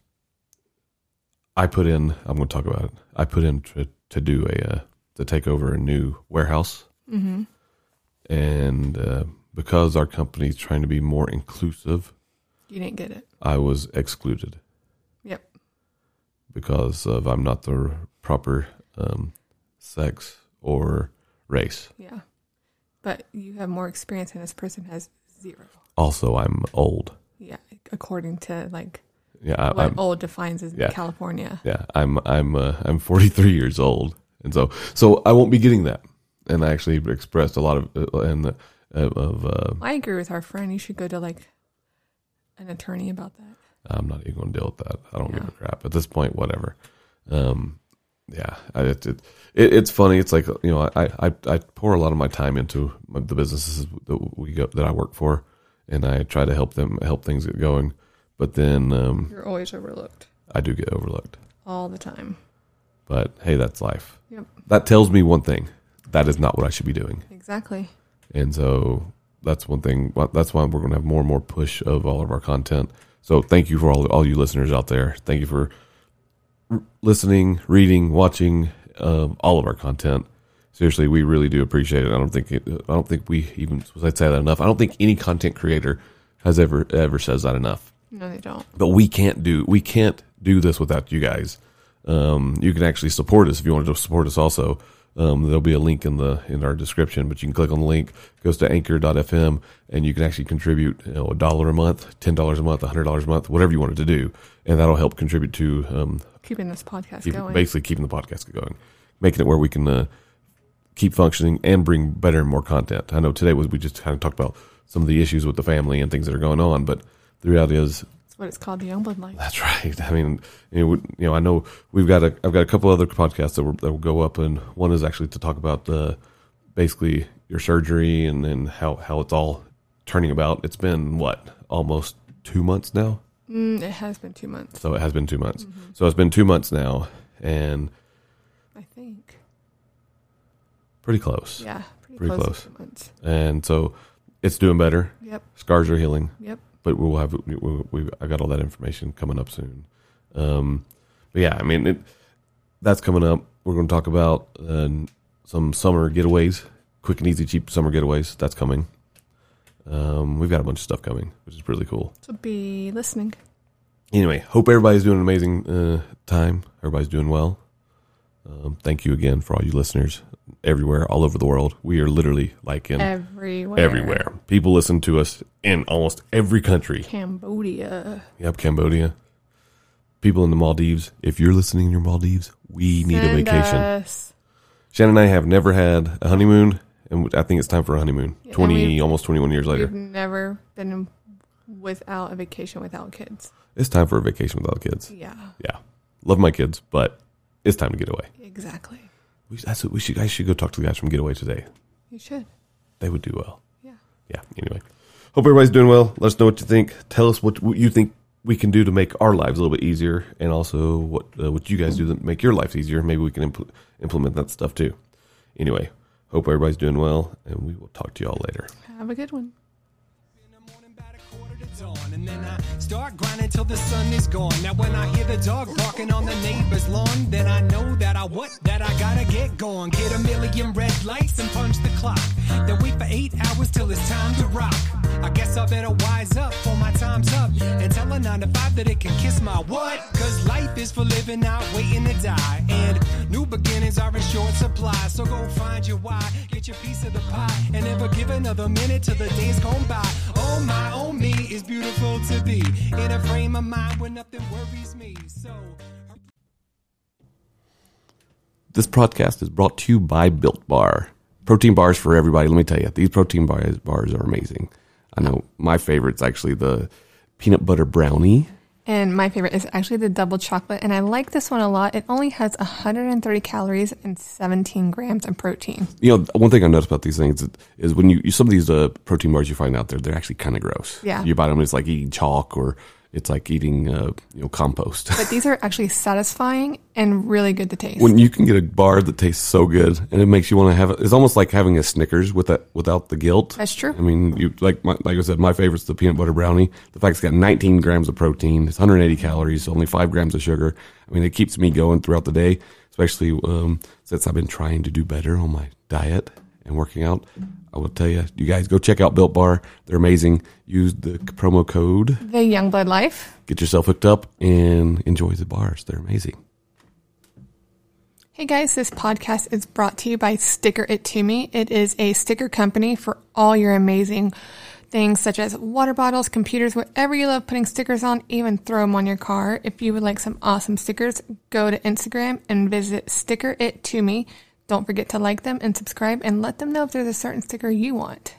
Speaker 1: I put in, I'm going to talk about it. I put in to, to do a, uh, to take over a new warehouse.
Speaker 2: Mm-hmm.
Speaker 1: And uh, because our company's trying to be more inclusive,
Speaker 2: You didn't get it.
Speaker 1: I was excluded
Speaker 2: Yep.
Speaker 1: because of I'm not the proper um, sex or race.
Speaker 2: Yeah. But you have more experience and this person has zero.
Speaker 1: Also, I'm old.
Speaker 2: Yeah. According to like
Speaker 1: Yeah, I,
Speaker 2: what
Speaker 1: I'm,
Speaker 2: old defines as
Speaker 1: Uh, um, yeah.
Speaker 2: California.
Speaker 1: yeah i'm i'm uh, i'm 43 years old and so so i won't be getting that and i actually expressed a lot of uh, and uh, of uh,
Speaker 2: I agree with our friend. You should go to like an attorney about that.
Speaker 1: i'm not even going to deal with that i don't give
Speaker 2: Yeah.
Speaker 1: a crap at this point whatever um yeah I, it, it, it it's funny it's like you know i i i pour a lot of my time into my, the businesses that we go that i work for and i try to help them help things get going but then um
Speaker 2: You're always overlooked
Speaker 1: i do get overlooked
Speaker 2: all the time.
Speaker 1: but hey that's life
Speaker 2: Yep.
Speaker 1: that tells me one thing that is not what i should be doing
Speaker 2: Exactly.
Speaker 1: And so that's one thing. That's why we're going to have more and more push of all of our content. So thank you for all all you listeners out there. Thank you for r- listening, reading, watching um, all of our content. Seriously, we really do appreciate it. I don't think it, I don't think we even I say that enough. I don't think any content creator has ever ever says that enough
Speaker 2: No, they don't.
Speaker 1: but we can't do we can't do this without you guys. Um, you can actually support us if you want to support us. Also, um, there'll be a link in the in our description, but you can click on the link. It goes to Anchor.fm, and you can actually contribute you know, a dollar a month, ten dollars a month, hundred dollars a month, whatever you wanted to do, and that'll help contribute to um,
Speaker 2: Keeping this podcast
Speaker 1: keep-
Speaker 2: going.
Speaker 1: basically keeping the podcast going, making it where we can uh, keep functioning and bring better and more content. I know today was we just kind of talked about some of the issues with the family and things that are going on, but the reality is
Speaker 2: That's what it's called, the Youngblood Life.
Speaker 1: (laughs) that's right. I mean, you know, we- you know, I know we've got a, I've got a couple other podcasts that, were, that will go up, and one is actually to talk about uh, basically your surgery and then how how it's all turning about. It's been what almost two months now,
Speaker 2: Mm, it has been two months,
Speaker 1: so it has been two months. So it's been two months now, and
Speaker 2: I think.
Speaker 1: pretty close.
Speaker 2: Yeah, pretty,
Speaker 1: Pretty
Speaker 2: close.
Speaker 1: close.
Speaker 2: to two months.
Speaker 1: And so it's doing better.
Speaker 2: Yep,
Speaker 1: Scars are healing.
Speaker 2: yep.
Speaker 1: but we'll have we, we I got all that information coming up soon. Um, but yeah, I mean it, that's coming up. We're going to talk about uh, some summer getaways, quick and easy, cheap summer getaways. That's coming. Um, we've got a bunch of stuff coming, which is really cool.
Speaker 2: So be listening.
Speaker 1: Anyway, hope everybody's doing an amazing uh, time. Everybody's doing well. Um, thank you again for all you listeners everywhere, all over the world. We are literally like in
Speaker 2: Everywhere.
Speaker 1: everywhere. People listen to us in almost every country.
Speaker 2: Cambodia.
Speaker 1: Yep, Cambodia. People in the Maldives, if you're listening in your Maldives, we need a
Speaker 2: Send
Speaker 1: vacation.
Speaker 2: us.
Speaker 1: Shannon and I have never had a honeymoon, and I think it's time for a honeymoon.
Speaker 2: Yeah, and
Speaker 1: 20,
Speaker 2: we've-
Speaker 1: almost 21 years
Speaker 2: We've
Speaker 1: later.
Speaker 2: never been without a vacation without kids.
Speaker 1: It's time for a vacation without kids.
Speaker 2: Yeah,
Speaker 1: Yeah. Love my kids, but it's time to get away.
Speaker 2: exactly.
Speaker 1: We, that's what we should, I should go talk to the guys from Getaway today.
Speaker 2: You should.
Speaker 1: they would do well.
Speaker 2: Yeah.
Speaker 1: Yeah. Anyway, hope everybody's doing well. Let us know what you think. Tell us what, what you think we can do to make our lives a little bit easier, and also what uh, what you guys do to make your lives easier. Maybe we can impl- implement that stuff too. Anyway, hope everybody's doing well, and we will talk to y'all later.
Speaker 2: Have a good one.
Speaker 3: in the morning about a quarter to dawn and then i start grinding till the sun is gone now when i hear the dog barking on the neighbor's lawn then i know that i what that i gotta get going get a million red lights and punch the clock then wait for eight hours till it's time to rock i guess i better wise up for my time's up and tell a nine to five that it can kiss my what cause life is for living not waiting to die and new beginnings are in short supply so go find your why get your piece of the pie and never give another minute till the days gone by Oh my, oh me, it's beautiful to be in a frame of mind where nothing worries me. So.
Speaker 1: This podcast is brought to you by Built Bar. Protein bars for everybody. Let me tell you, these protein bars bars are amazing. I know my favorite's actually the peanut butter brownie.
Speaker 2: And my favorite is actually the double chocolate. And I like this one a lot. It only has 130 calories and 17 grams of protein.
Speaker 1: You know, one thing I noticed about these things is- is when you, you some of these uh, protein bars you find out there, they're actually kind of gross.
Speaker 2: Yeah.
Speaker 1: you bite them, it's like eating chalk or it's like eating uh, you know compost. (laughs)
Speaker 2: But these are actually satisfying and really good to taste.
Speaker 1: when you can get a bar that tastes so good and it makes you want to have it, it's almost like having a Snickers with that without the guilt.
Speaker 2: That's true.
Speaker 1: I mean, you like my, like I said, my favorite's the peanut butter brownie. The fact it's got 19 grams of protein, it's 180 calories, only five grams of sugar. I mean, it keeps me going throughout the day, especially um, since I've been trying to do better on my diet and working out. I will tell you, you guys go check out Built Bar. They're amazing. Use the promo code,
Speaker 2: the Youngblood Life.
Speaker 1: get yourself hooked up, and enjoy the bars. They're amazing.
Speaker 2: Hey guys, this podcast is brought to you by Sticker It To Me. It is a sticker company for all your amazing things such as water bottles, computers, whatever you love putting stickers on, even throw them on your car. If you would like some awesome stickers, go to Instagram and visit Sticker It To Me. Don't forget to like them and subscribe and let them know if there's a certain sticker you want.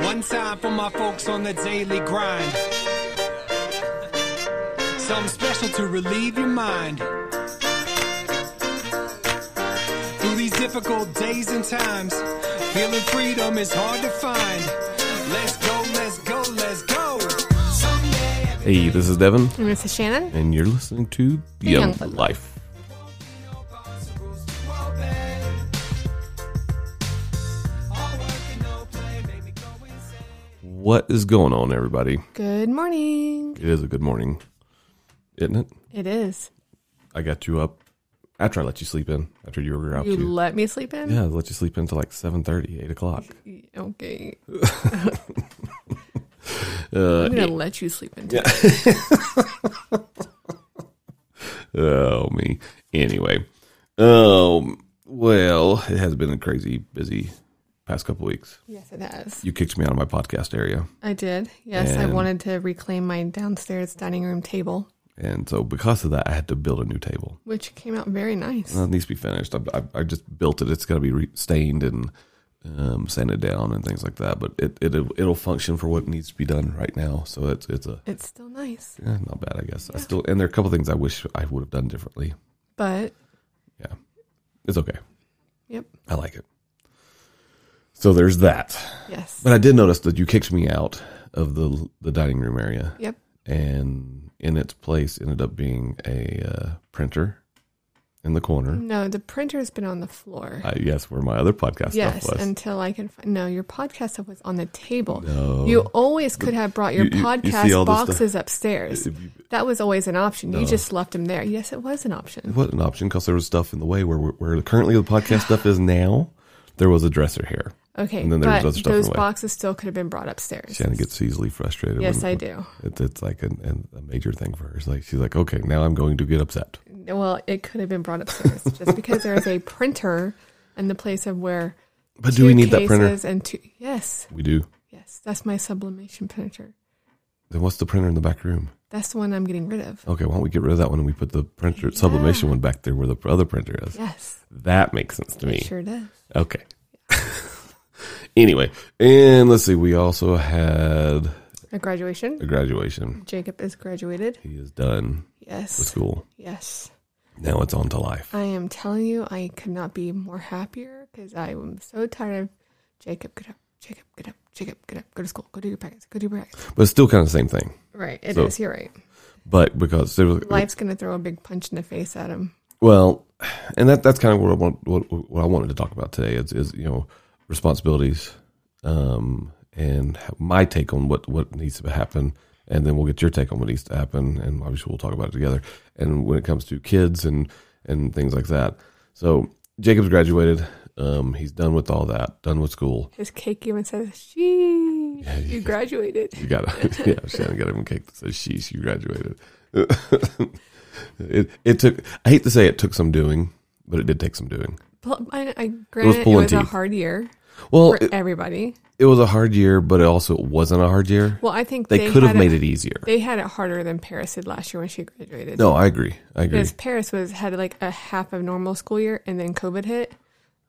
Speaker 3: One time for my folks on the daily grind. Something special to relieve your mind. Through these difficult days and times, feeling freedom is hard to find. Let's go, let's go, let's go. Someday.
Speaker 1: Hey, this is Devin.
Speaker 2: And this is Shannon.
Speaker 1: and you're listening to The
Speaker 2: The Young
Speaker 1: Young
Speaker 2: Blood
Speaker 1: Life.
Speaker 3: No possibles to obey. All work and no play made me go insane.
Speaker 1: What is going on, everybody?
Speaker 2: Good morning.
Speaker 1: It is a good morning, isn't it?
Speaker 2: It is.
Speaker 1: I got you up after I let you sleep in. After you were up,
Speaker 2: You
Speaker 1: to,
Speaker 2: let me sleep in?
Speaker 1: yeah, I let you sleep in until like 7.30, 8 o'clock.
Speaker 2: Okay. I'm gonna let you sleep in. Yeah.
Speaker 1: Oh me. Anyway, um, well, it has been a crazy busy past couple weeks.
Speaker 2: Yes, it has.
Speaker 1: You kicked me out of my podcast area,
Speaker 2: I did. Yes, I
Speaker 1: And-
Speaker 2: wanted to reclaim my downstairs dining room table,
Speaker 1: and so because of that, I had to build a new table.
Speaker 2: which came out very nice.
Speaker 1: Well, it needs to be finished. I, I, I just built it. It's got to be re- stained and um, sanded down and things like that. But it, it it'll function for what needs to be done right now. So it's it's a
Speaker 2: it's still nice,
Speaker 1: eh, not bad, I guess. I still and there are a couple things I wish I would have done differently.
Speaker 2: but
Speaker 1: Yeah, it's okay.
Speaker 2: yep,
Speaker 1: I like it. So there's that.
Speaker 2: yes,
Speaker 1: But I did notice that you kicked me out of the the dining room area,
Speaker 2: yep.
Speaker 1: and in its place ended up being a uh, printer in the corner.
Speaker 2: No, the printer's been on the floor.
Speaker 1: I yes, where my other podcast
Speaker 2: yes,
Speaker 1: stuff was.
Speaker 2: until I can find. No, your podcast stuff was on the table.
Speaker 1: No.
Speaker 2: You always could have brought your
Speaker 1: You- you- you
Speaker 2: podcast
Speaker 1: see all this stuff?
Speaker 2: boxes upstairs. That was always an option. You just left them there. Yes, it was an option.
Speaker 1: it wasn't an option because there was stuff in the way where where currently the podcast stuff is now. There was a dresser here.
Speaker 2: Okay,
Speaker 1: And then there was
Speaker 2: but
Speaker 1: other stuff in
Speaker 2: those
Speaker 1: the way.
Speaker 2: boxes still could have been brought upstairs.
Speaker 1: Shannon gets easily frustrated.
Speaker 2: Yes,
Speaker 1: when-
Speaker 2: I do.
Speaker 1: It, it's like an, an, a major thing for her. It's like she's like, okay, now I'm going to get upset.
Speaker 2: Well, it could have been brought upstairs just
Speaker 1: (laughs)
Speaker 2: because there is a printer in the place of where.
Speaker 1: But do we need that printer?
Speaker 2: cases And two, yes,
Speaker 1: We do.
Speaker 2: yes, that's my sublimation printer.
Speaker 1: Then what's the printer in the back room?
Speaker 2: That's the one I'm getting rid of.
Speaker 1: Okay, why don't we get rid of that one and we put the printer sublimation one back there where the other printer is?
Speaker 2: Yes,
Speaker 1: That makes sense to me.
Speaker 2: it sure does.
Speaker 1: Okay. (laughs) anyway, and let's see. We also had
Speaker 2: A graduation.
Speaker 1: a graduation.
Speaker 2: Jacob is graduated.
Speaker 1: He is done with
Speaker 2: Yes,
Speaker 1: school.
Speaker 2: yes.
Speaker 1: Now it's on to life.
Speaker 2: I am telling you, I could not be more happier because I am so tired of Jacob, get up, Jacob, get up, Jacob, get up, go to school, go do your practice, go do your practice.
Speaker 1: But it's still kind of the same thing.
Speaker 2: Right. It
Speaker 1: So-
Speaker 2: is, You're right.
Speaker 1: But because there was,
Speaker 2: Life's going to throw a big punch in the face at him.
Speaker 1: Well, and that that's kind of what I want what, what I wanted to talk about today is is you know responsibilities um, and my take on what what needs to happen, and then we'll get your take on what needs to happen, and obviously we'll talk about it together. And when it comes to kids and and things like that, so Jacob's graduated. Um, he's done with all that, done with school.
Speaker 2: His cake even says, she, you graduated.
Speaker 1: You got to, (laughs) yeah, Shannon got him a cake that says, sheesh, you graduated. (laughs) it, it took, I hate to say it took some doing, but it did take some doing.
Speaker 2: Well, I, I granted it was,
Speaker 1: pulling
Speaker 2: a
Speaker 1: teeth.
Speaker 2: hard year
Speaker 1: Well,
Speaker 2: for everybody.
Speaker 1: it was a hard year, but it also wasn't a hard year.
Speaker 2: Well, I think
Speaker 1: They,
Speaker 2: they,
Speaker 1: could have
Speaker 2: had
Speaker 1: made it easier.
Speaker 2: They had it harder than Paris did last year when she graduated.
Speaker 1: no, I agree. I agree.
Speaker 2: because Paris was had like a half of normal school year, and then COVID hit.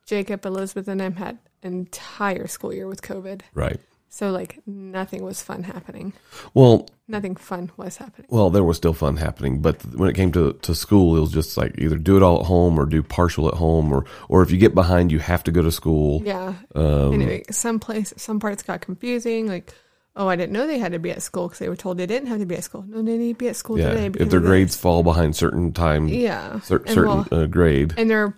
Speaker 2: Jacob, Elizabeth, and I had an entire school year with COVID,
Speaker 1: Right.
Speaker 2: so like nothing was fun happening.
Speaker 1: Well,
Speaker 2: Nothing fun was happening.
Speaker 1: well, there was still fun happening, but th- when it came to, to school, it was just like either do it all at home or do partial at home, or or if you get behind, you have to go to school.
Speaker 2: Yeah.
Speaker 1: Um,
Speaker 2: anyway, some place, some parts got confusing. Like, oh, I didn't know they had to be at school because they were told they didn't have to be at school. No, they need to be at school
Speaker 1: Yeah.
Speaker 2: today.
Speaker 1: If
Speaker 2: because
Speaker 1: their
Speaker 2: of this.
Speaker 1: grades fall behind certain time,
Speaker 2: Yeah.
Speaker 1: cer-
Speaker 2: And
Speaker 1: certain
Speaker 2: well-
Speaker 1: uh, grade,
Speaker 2: and their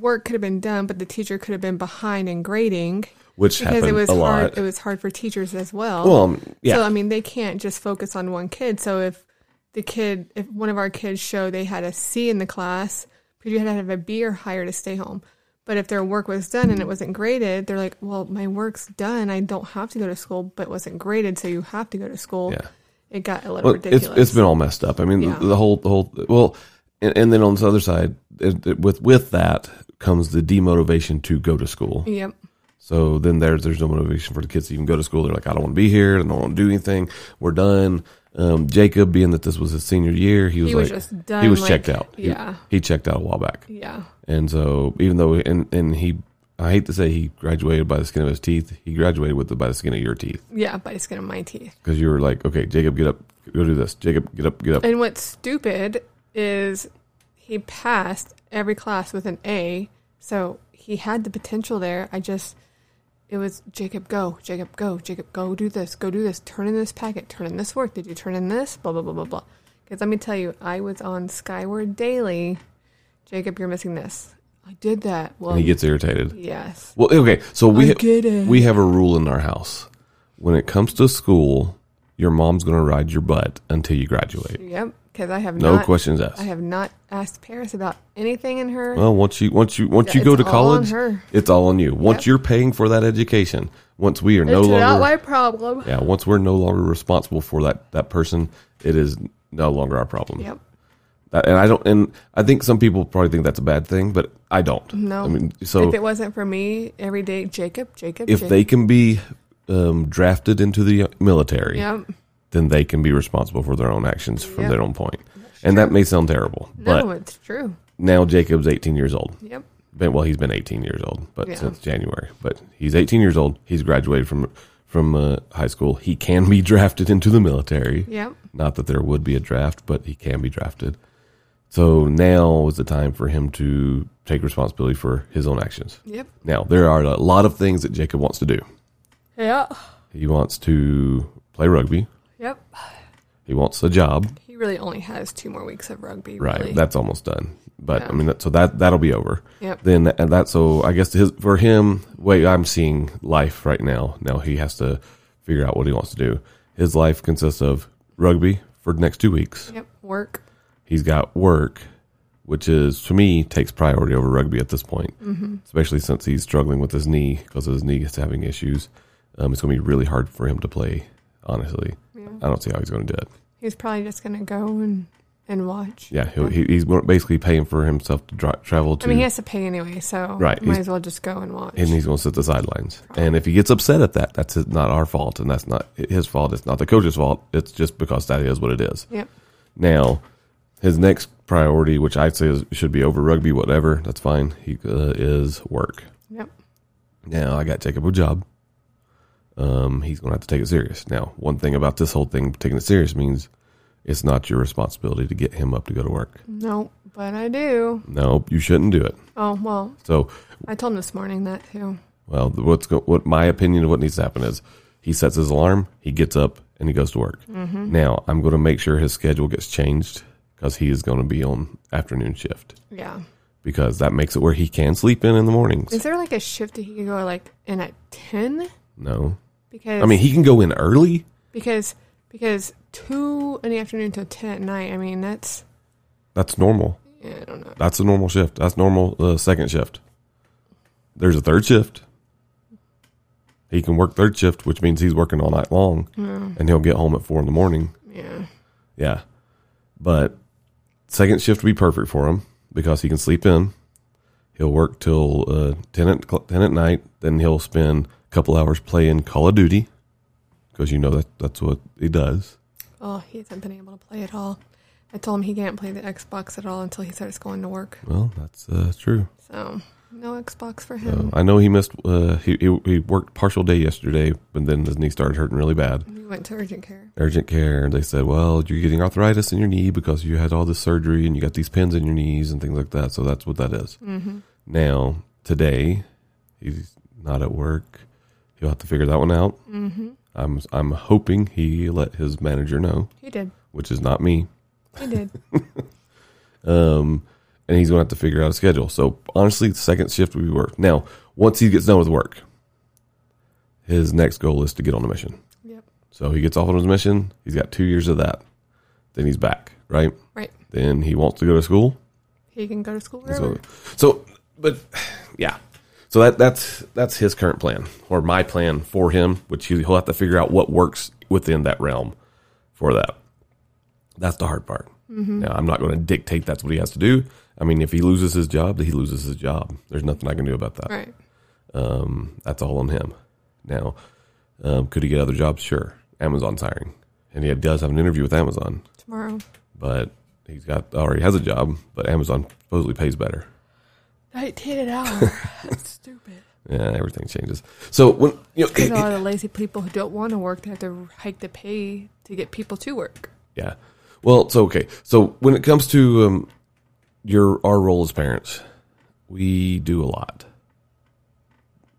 Speaker 2: work could have been done, but the teacher could have been behind in grading
Speaker 1: which
Speaker 2: because
Speaker 1: happened
Speaker 2: it was
Speaker 1: a
Speaker 2: hard.
Speaker 1: lot.
Speaker 2: It was hard for teachers as well.
Speaker 1: well, um, yeah.
Speaker 2: So I mean, they can't just focus on one kid. So if the kid, if one of our kids show they had a C in the class, because you had to have a B or higher to stay home. But if their work was done and it wasn't graded, they're like, "Well, my work's done. I don't have to go to school, but it wasn't graded, so you have to go to school."
Speaker 1: Yeah.
Speaker 2: It got a little
Speaker 1: Well, it's,
Speaker 2: ridiculous.
Speaker 1: it's been all messed up. I mean,
Speaker 2: Yeah.
Speaker 1: the, the whole, the whole, well, and, and then on this other side, it, it- with with that comes the demotivation to go to school.
Speaker 2: yep.
Speaker 1: So then there's there's no motivation for the kids to even go to school. They're like, I don't want to be here. I don't want to do anything. We're done. Um, Jacob, being that this was his senior year, he was
Speaker 2: He
Speaker 1: like,
Speaker 2: was just done,
Speaker 1: he was
Speaker 2: like,
Speaker 1: checked out. He-
Speaker 2: yeah.
Speaker 1: he, checked out a while back.
Speaker 2: Yeah.
Speaker 1: And so even though and and he, I hate to say he graduated by the skin of his teeth. He graduated with the by the skin of your teeth
Speaker 2: Yeah. By the skin of my teeth.
Speaker 1: because you were like, okay, Jacob, get up, go do this. Jacob, get up, get up.
Speaker 2: And what's stupid is he passed every class with an A, so he had the potential there. I just it was Jacob go, Jacob go, Jacob go do this, go do this, turn in this packet, turn in this work. Did you turn in this? Blah blah blah blah blah. Because let me tell you, I was on Skyward Daily. Jacob, you're missing this. I did that. Well,
Speaker 1: and he gets irritated.
Speaker 2: Um, yes.
Speaker 1: Well, okay, so we
Speaker 2: I get it.
Speaker 1: we have a rule in our house. When it comes to school, your mom's going to ride your butt until you graduate.
Speaker 2: Yep. Because I have
Speaker 1: No
Speaker 2: not,
Speaker 1: questions asked.
Speaker 2: I have not asked Paris about anything in her.
Speaker 1: well, once you once you once you
Speaker 2: Yeah,
Speaker 1: go
Speaker 2: it's
Speaker 1: to
Speaker 2: all
Speaker 1: college,
Speaker 2: on her.
Speaker 1: it's all on you. Once
Speaker 2: Yep.
Speaker 1: you're paying for that education, once we are no
Speaker 2: it's not
Speaker 1: longer
Speaker 2: my problem.
Speaker 1: yeah, once we're no longer responsible for that that person, it is no longer our problem.
Speaker 2: Yep.
Speaker 1: That- and I don't and I think some people probably think that's a bad thing, but I don't.
Speaker 2: No.
Speaker 1: I mean, so
Speaker 2: if it wasn't for me every day, Jacob, Jacob,
Speaker 1: if
Speaker 2: Jacob.
Speaker 1: they can be um, drafted into the military,
Speaker 2: Yep.
Speaker 1: then they can be responsible for their own actions from
Speaker 2: Yep.
Speaker 1: their own point. And that may sound terrible, but
Speaker 2: no, it's true.
Speaker 1: now Jacob's 18 years old.
Speaker 2: Yep.
Speaker 1: Been, well, he's been 18 years old, but
Speaker 2: Yeah.
Speaker 1: since January. But he's 18 years old. He's graduated from from uh, high school. He can be (laughs) drafted into the military.
Speaker 2: Yep.
Speaker 1: Not that there would be a draft, but he can be drafted. So now is the time for him to take responsibility for his own actions.
Speaker 2: Yep.
Speaker 1: Now there are a lot of things that Jacob wants to do.
Speaker 2: Yep.
Speaker 1: He wants to play rugby.
Speaker 2: Yep.
Speaker 1: He wants a job.
Speaker 2: He really only has two more weeks of rugby.
Speaker 1: Right,
Speaker 2: Really.
Speaker 1: that's almost done. But
Speaker 2: Yeah.
Speaker 1: I mean, that, so that that'll be over.
Speaker 2: Yep.
Speaker 1: Then that, and that so I guess his for him. Wait, I'm seeing life right now. Now he has to figure out what he wants to do. His life consists of rugby for the next two weeks.
Speaker 2: yep. Work.
Speaker 1: He's got work, which is to me takes priority over rugby at this point,
Speaker 2: Mm-hmm.
Speaker 1: especially since he's struggling with his knee because his knee is having issues. Um, it's going to be really hard for him to play. Honestly, I don't see how he's going to do it.
Speaker 2: He's probably just gonna go and and watch.
Speaker 1: Yeah, he'll, he, he's basically paying for himself to dri travel to.
Speaker 2: I mean, he has to pay anyway, so
Speaker 1: Right,
Speaker 2: Might
Speaker 1: he's-
Speaker 2: as well just go and watch.
Speaker 1: and he's going to sit the sidelines. And if he gets upset at that, that's his- not our fault, and that's not his fault. It's not the coach's fault. It's just because that is what it is.
Speaker 2: yep.
Speaker 1: Now, his next priority, which I'd say is, should be over rugby, whatever, that's fine. He uh, is work.
Speaker 2: Yep.
Speaker 1: Now I got Jacob a job. Um, he's going to have to take it serious. Now, one thing about this whole thing, taking it serious means it's not your responsibility to get him up to go to work.
Speaker 2: No. But I do.
Speaker 1: No, you shouldn't do it.
Speaker 2: Oh, well,
Speaker 1: So,
Speaker 2: I told him this morning that too.
Speaker 1: well, what's go- what my opinion of what needs to happen is he sets his alarm, he gets up, and he goes to work. Now, I'm going to make sure his schedule gets changed because he is going to be on afternoon shift
Speaker 2: Yeah.
Speaker 1: because that makes it where he can sleep in in the mornings.
Speaker 2: Is there like a shift that he could go like in at 10?
Speaker 1: no,
Speaker 2: Because
Speaker 1: I mean he can go in early.
Speaker 2: because because 2 in the afternoon till 10 at night. I mean, that's
Speaker 1: That's normal.
Speaker 2: yeah, I don't know.
Speaker 1: That's a normal shift. That's normal uh, second shift. There's a third shift. He can work third shift, which means he's working all night long, and he'll get home at four in the morning.
Speaker 2: Yeah.
Speaker 1: Yeah, but second shift would be perfect for him because he can sleep in. He'll work till uh, ten at cl- ten at night. Then he'll spend a couple hours playing Call of Duty because you know that that's what he does.
Speaker 2: Oh, he hasn't been able to play at all. I told him he can't play the Xbox at all until he starts going to work.
Speaker 1: Well, that's uh, true.
Speaker 2: So, no Xbox for
Speaker 1: So,
Speaker 2: him.
Speaker 1: I know he missed. Uh, he, he he worked partial day yesterday, but then his knee started hurting really bad.
Speaker 2: He went to urgent care.
Speaker 1: Urgent care, and they said, "Well, you're getting arthritis in your knee because you had all this surgery and you got these pins in your knees and things like that." So that's what that is. Now today, he's not at work. He'll have to figure that one out. Mm-hmm. I'm I'm hoping he let his manager know,
Speaker 2: He did.
Speaker 1: which is not me.
Speaker 2: He (laughs) did.
Speaker 1: um, and he's going to have to figure out a schedule. So honestly, the second shift would be work. Now, once he gets done with work, his next goal is to get on a mission.
Speaker 2: yep.
Speaker 1: So he gets off on his mission. He's got two years of that. Then he's back, right?
Speaker 2: Right.
Speaker 1: Then he wants to go to school.
Speaker 2: He can go to school wherever.
Speaker 1: So, so, but yeah. So that that's that's his current plan or my plan for him, which he- he'll have to figure out what works within that realm for that. That's the hard part. Now, I'm not going to dictate that's what he has to do. I mean, if he loses his job, then he loses his job. There's nothing I can do about that.
Speaker 2: Right.
Speaker 1: Um, that's all on him. Now, um, could he get other jobs? Sure. Amazon's hiring, and he does have an interview with Amazon,
Speaker 2: Tomorrow.
Speaker 1: but he's got already has a job, but Amazon supposedly pays better.
Speaker 2: 19 an hour. That's stupid.
Speaker 1: Yeah, everything changes. So when you know, (clears throat)
Speaker 2: There's a lot of lazy people who don't want to work. They have to hike the pay to get people to work.
Speaker 1: yeah. Well, so okay. So when it comes to um, your our role as parents, we do a lot.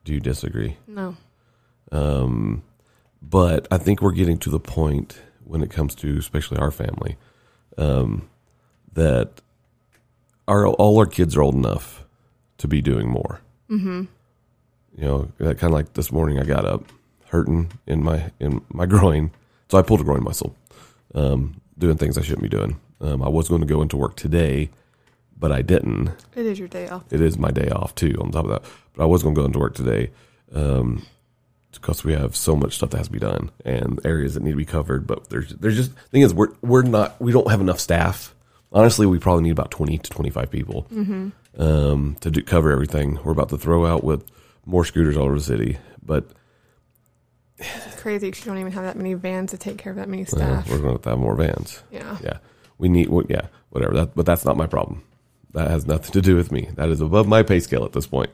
Speaker 1: Do you disagree?
Speaker 2: No.
Speaker 1: Um, but I think we're getting to the point when it comes to especially our family um, that our all our kids are old enough to be doing more. Mm-hmm. You know, kind of like this morning, I got up hurting in my in my (laughs) groin, so I pulled a groin muscle, um, doing things I shouldn't be doing. Um, I was going to go into work today, but I didn't
Speaker 2: It is your day off.
Speaker 1: it is my day off too. On top of that, but I was going to go into work today um, because we have so much stuff that has to be done and areas that need to be covered. But there's there's just thing is we're we're not we don't have enough staff. Honestly, we probably need about twenty to twenty five people um, to do, cover everything. We're about to throw out with more scooters all over the city, but
Speaker 2: It's crazy 'cause you don't even have that many vans to take care of that many
Speaker 1: uh,
Speaker 2: staff.
Speaker 1: we're going to have more vans.
Speaker 2: yeah.
Speaker 1: Yeah, we need. Well, yeah, whatever. That, but that's not my problem. That has nothing to do with me. That is above my pay scale at this point.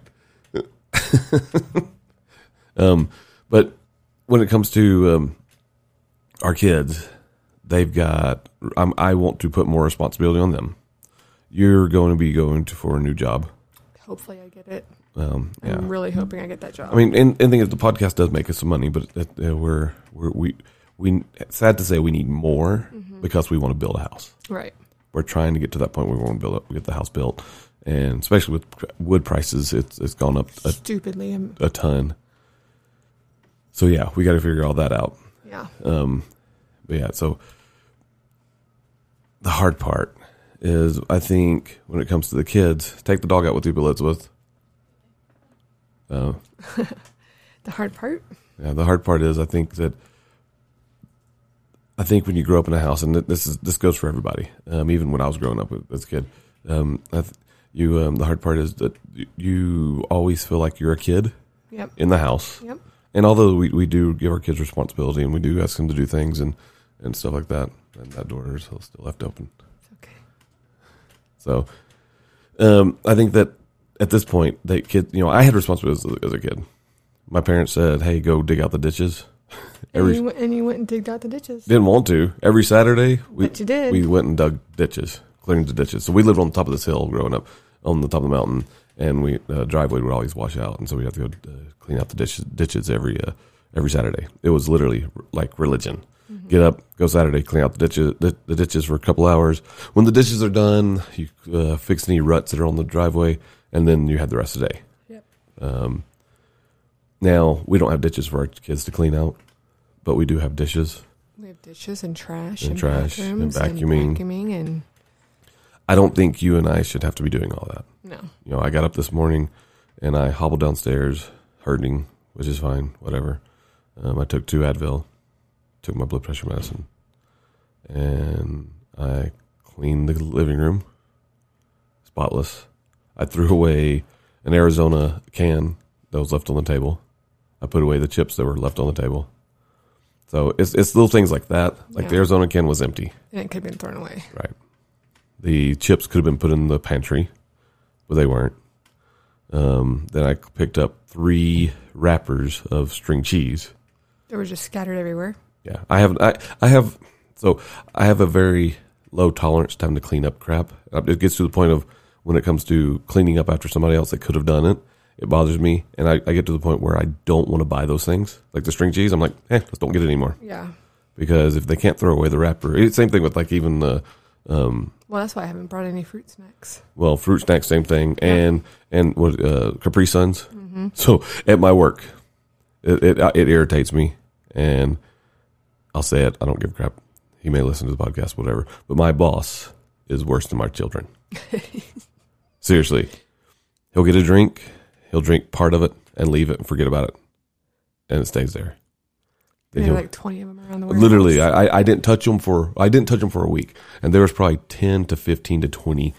Speaker 1: (laughs) um, but when it comes to um, our kids, they've got. I'm, I want to put more responsibility on them. You're going to be going to, for a new job.
Speaker 2: Hopefully I get it.
Speaker 1: Um, yeah.
Speaker 2: I'm really hoping I get that job.
Speaker 1: I mean, and, and thing is, the podcast does make us some money, but it, uh, we're, we're we we sad to say we need more because we want to build a house
Speaker 2: right.
Speaker 1: we're trying to get to that point where we want to build up, get the house built, and especially with pr- wood prices, it's it's gone up a,
Speaker 2: Stupidly. I'm,
Speaker 1: a ton. So yeah, we got to figure all that out.
Speaker 2: yeah.
Speaker 1: Um, but yeah, so the hard part is, I think, when it comes to the kids, take the dog out with you, but let's with. Uh,
Speaker 2: The hard part.
Speaker 1: yeah, the hard part is, I think that. I think when you grow up in a house, and th- this is this goes for everybody. Um, even when I was growing up with- as a kid, um, I th- you um, the hard part is that y- you always feel like you're a kid
Speaker 2: Yep.
Speaker 1: in the house.
Speaker 2: Yep.
Speaker 1: And although we, we do give our kids responsibility and we do ask them to do things and, and stuff like that, and that door is still left open.
Speaker 2: It's okay.
Speaker 1: So, um, I think that at this point, they kid, you know, I had responsibilities as a- as a kid. My parents said, "Hey, go dig out the ditches." (laughs)
Speaker 2: And
Speaker 1: Every
Speaker 2: you, went- and you went and digged out the ditches.
Speaker 1: didn't want to. Every Saturday, we
Speaker 2: But you did.
Speaker 1: we went and dug ditches, clearing the ditches. So we lived on the top of this hill growing up, on the top of the mountain, and we uh, driveway would always wash out, and so we'd have to go uh, clean out the ditches, ditches every uh, every Saturday. It was literally r- like religion.
Speaker 2: Mm-hmm.
Speaker 1: Get up, go Saturday, clean out the ditches, the, the ditches for a couple hours. When the ditches are done, you uh, fix any ruts that are on the driveway, and then you have the rest of the day.
Speaker 2: Yep.
Speaker 1: Um, now we don't have ditches for our kids to clean out, but we do have dishes.
Speaker 2: We have dishes and trash
Speaker 1: And
Speaker 2: and,
Speaker 1: trash and
Speaker 2: bathrooms
Speaker 1: vacuuming.
Speaker 2: and vacuuming and
Speaker 1: I don't think you and I should have to be doing all that.
Speaker 2: no.
Speaker 1: You know, I got up this morning and I hobbled downstairs hurting, which is fine, whatever. Um, I took two Advil, took my blood pressure medicine, and I cleaned the living room, spotless. I threw away an Arizona can that was left on the table. I put away the chips that were left on the table. So it's it's little things like that. Like the
Speaker 2: Yeah.
Speaker 1: Arizona can was empty.
Speaker 2: And it could have been thrown away.
Speaker 1: Right. The chips could have been put in the pantry, but they weren't. Um, then I picked up three wrappers of string cheese.
Speaker 2: They were just scattered everywhere.
Speaker 1: Yeah, I have. I, I have. So I have a very low tolerance time to clean up crap. Uh, It gets to the point of when it comes to cleaning up after somebody else that could have done it. It bothers me, and I, I get to the point where I don't want to buy those things, like the string cheese. I'm like, eh, let's don't get it anymore
Speaker 2: Yeah.
Speaker 1: because if they can't throw away the wrapper, it's same thing with like even the um,
Speaker 2: Well, that's why I haven't brought any fruit snacks.
Speaker 1: well, fruit snacks, same thing, and and what uh, Capri Suns. So at my work, it, it uh, it irritates me, and I'll say it. I don't give a crap. He may listen to the podcast, whatever. But my boss is worse than my children. Seriously, he'll get a drink, he'll drink part of it, and leave it and forget about it, and it stays there. Then
Speaker 2: And there were
Speaker 1: he'll-
Speaker 2: like 20 of them around the world.
Speaker 1: Literally, I, I- I didn't touch them for I didn't touch them for a week, and there was probably ten to fifteen to twenty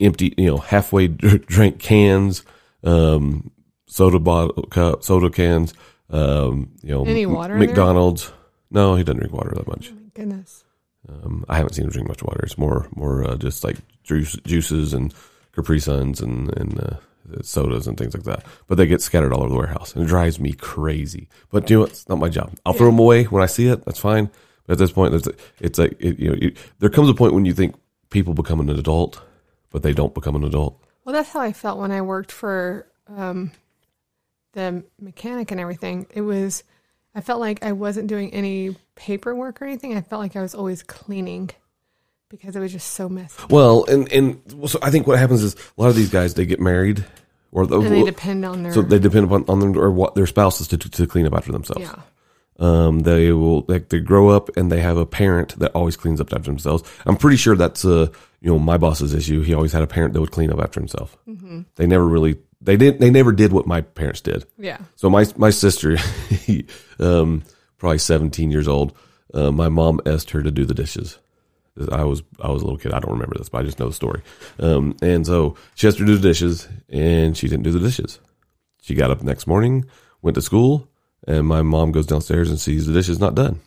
Speaker 1: empty, you know, halfway (laughs) dr- drink cans, um, soda bottle cup, soda cans, um, you know,
Speaker 2: Any
Speaker 1: M-
Speaker 2: water in there?
Speaker 1: McDonald's. No, he doesn't drink water that much.
Speaker 2: Oh my goodness.
Speaker 1: Um, I haven't seen him drink much water. It's more more uh, just like juice, juices and Capri Suns and and uh, sodas and things like that. But they get scattered all over the warehouse, and it drives me crazy. But you know, what? it's not my job. I'll throw them away when I see it. That's fine. But at this point, it's, it's like it, you know, it, there comes a point when you think people become an adult, but they don't become an adult.
Speaker 2: Well, that's how I felt when I worked for um, the mechanic and everything. It was, I felt like I wasn't doing any paperwork or anything. I felt like I was always cleaning because it was just so messy.
Speaker 1: Well, and and well, so I think what happens is a lot of these guys they get married, or the,
Speaker 2: And they depend on their.
Speaker 1: so they depend upon on them or what their spouses to to clean up after themselves.
Speaker 2: yeah.
Speaker 1: Um, they will like they grow up and they have a parent that always cleans up after themselves. I'm pretty sure that's uh you know my boss's issue. He always had a parent that would clean up after himself. They never really they didn't they never did what my parents did.
Speaker 2: Yeah.
Speaker 1: So my my sister, (laughs) um, probably 17 years old. Uh, my mom asked her to do the dishes. I was I was a little kid. I don't remember this, but I just know the story. Um, and so she asked her to do the dishes, and she didn't do the dishes. She got up the next morning, went to school, and my mom goes downstairs and sees the dishes not done.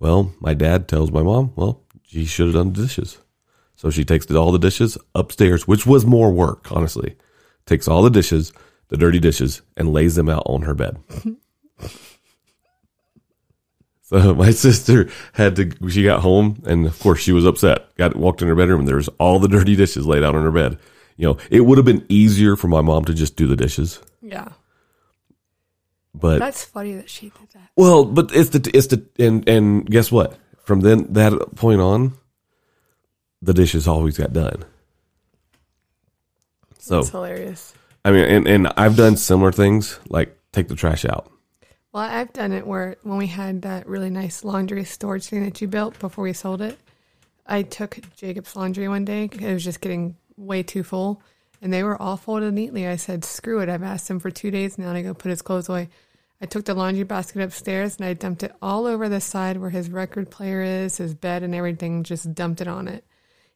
Speaker 1: Well, my dad tells my mom, well, she should have done the dishes. So she takes all the dishes upstairs, which was more work, honestly. Takes all the dishes, the dirty dishes, and lays them out on her bed. (laughs) so my sister had to, she got home, and of course she was upset. Got walked in her bedroom, and there was all the dirty dishes laid out on her bed. You know, it would have been easier for my mom to just do the dishes,
Speaker 2: Yeah.
Speaker 1: but
Speaker 2: That's funny that she did that.
Speaker 1: Well, but it's the it's the and and guess what? From then that point on, the dishes always got done. So Oh.
Speaker 2: That's hilarious.
Speaker 1: I mean, and and I've done similar things like take the trash out.
Speaker 2: Well, I've done it where when we had that really nice laundry storage thing that you built before we sold it, I took Jacob's laundry one day. 'cause It was just getting way too full, and they were all folded neatly. I said, "Screw it!" I've asked him for two days now to go put his clothes away. I took the laundry basket upstairs and I dumped it all over the side where his record player is, his bed, and everything. Just dumped it on it.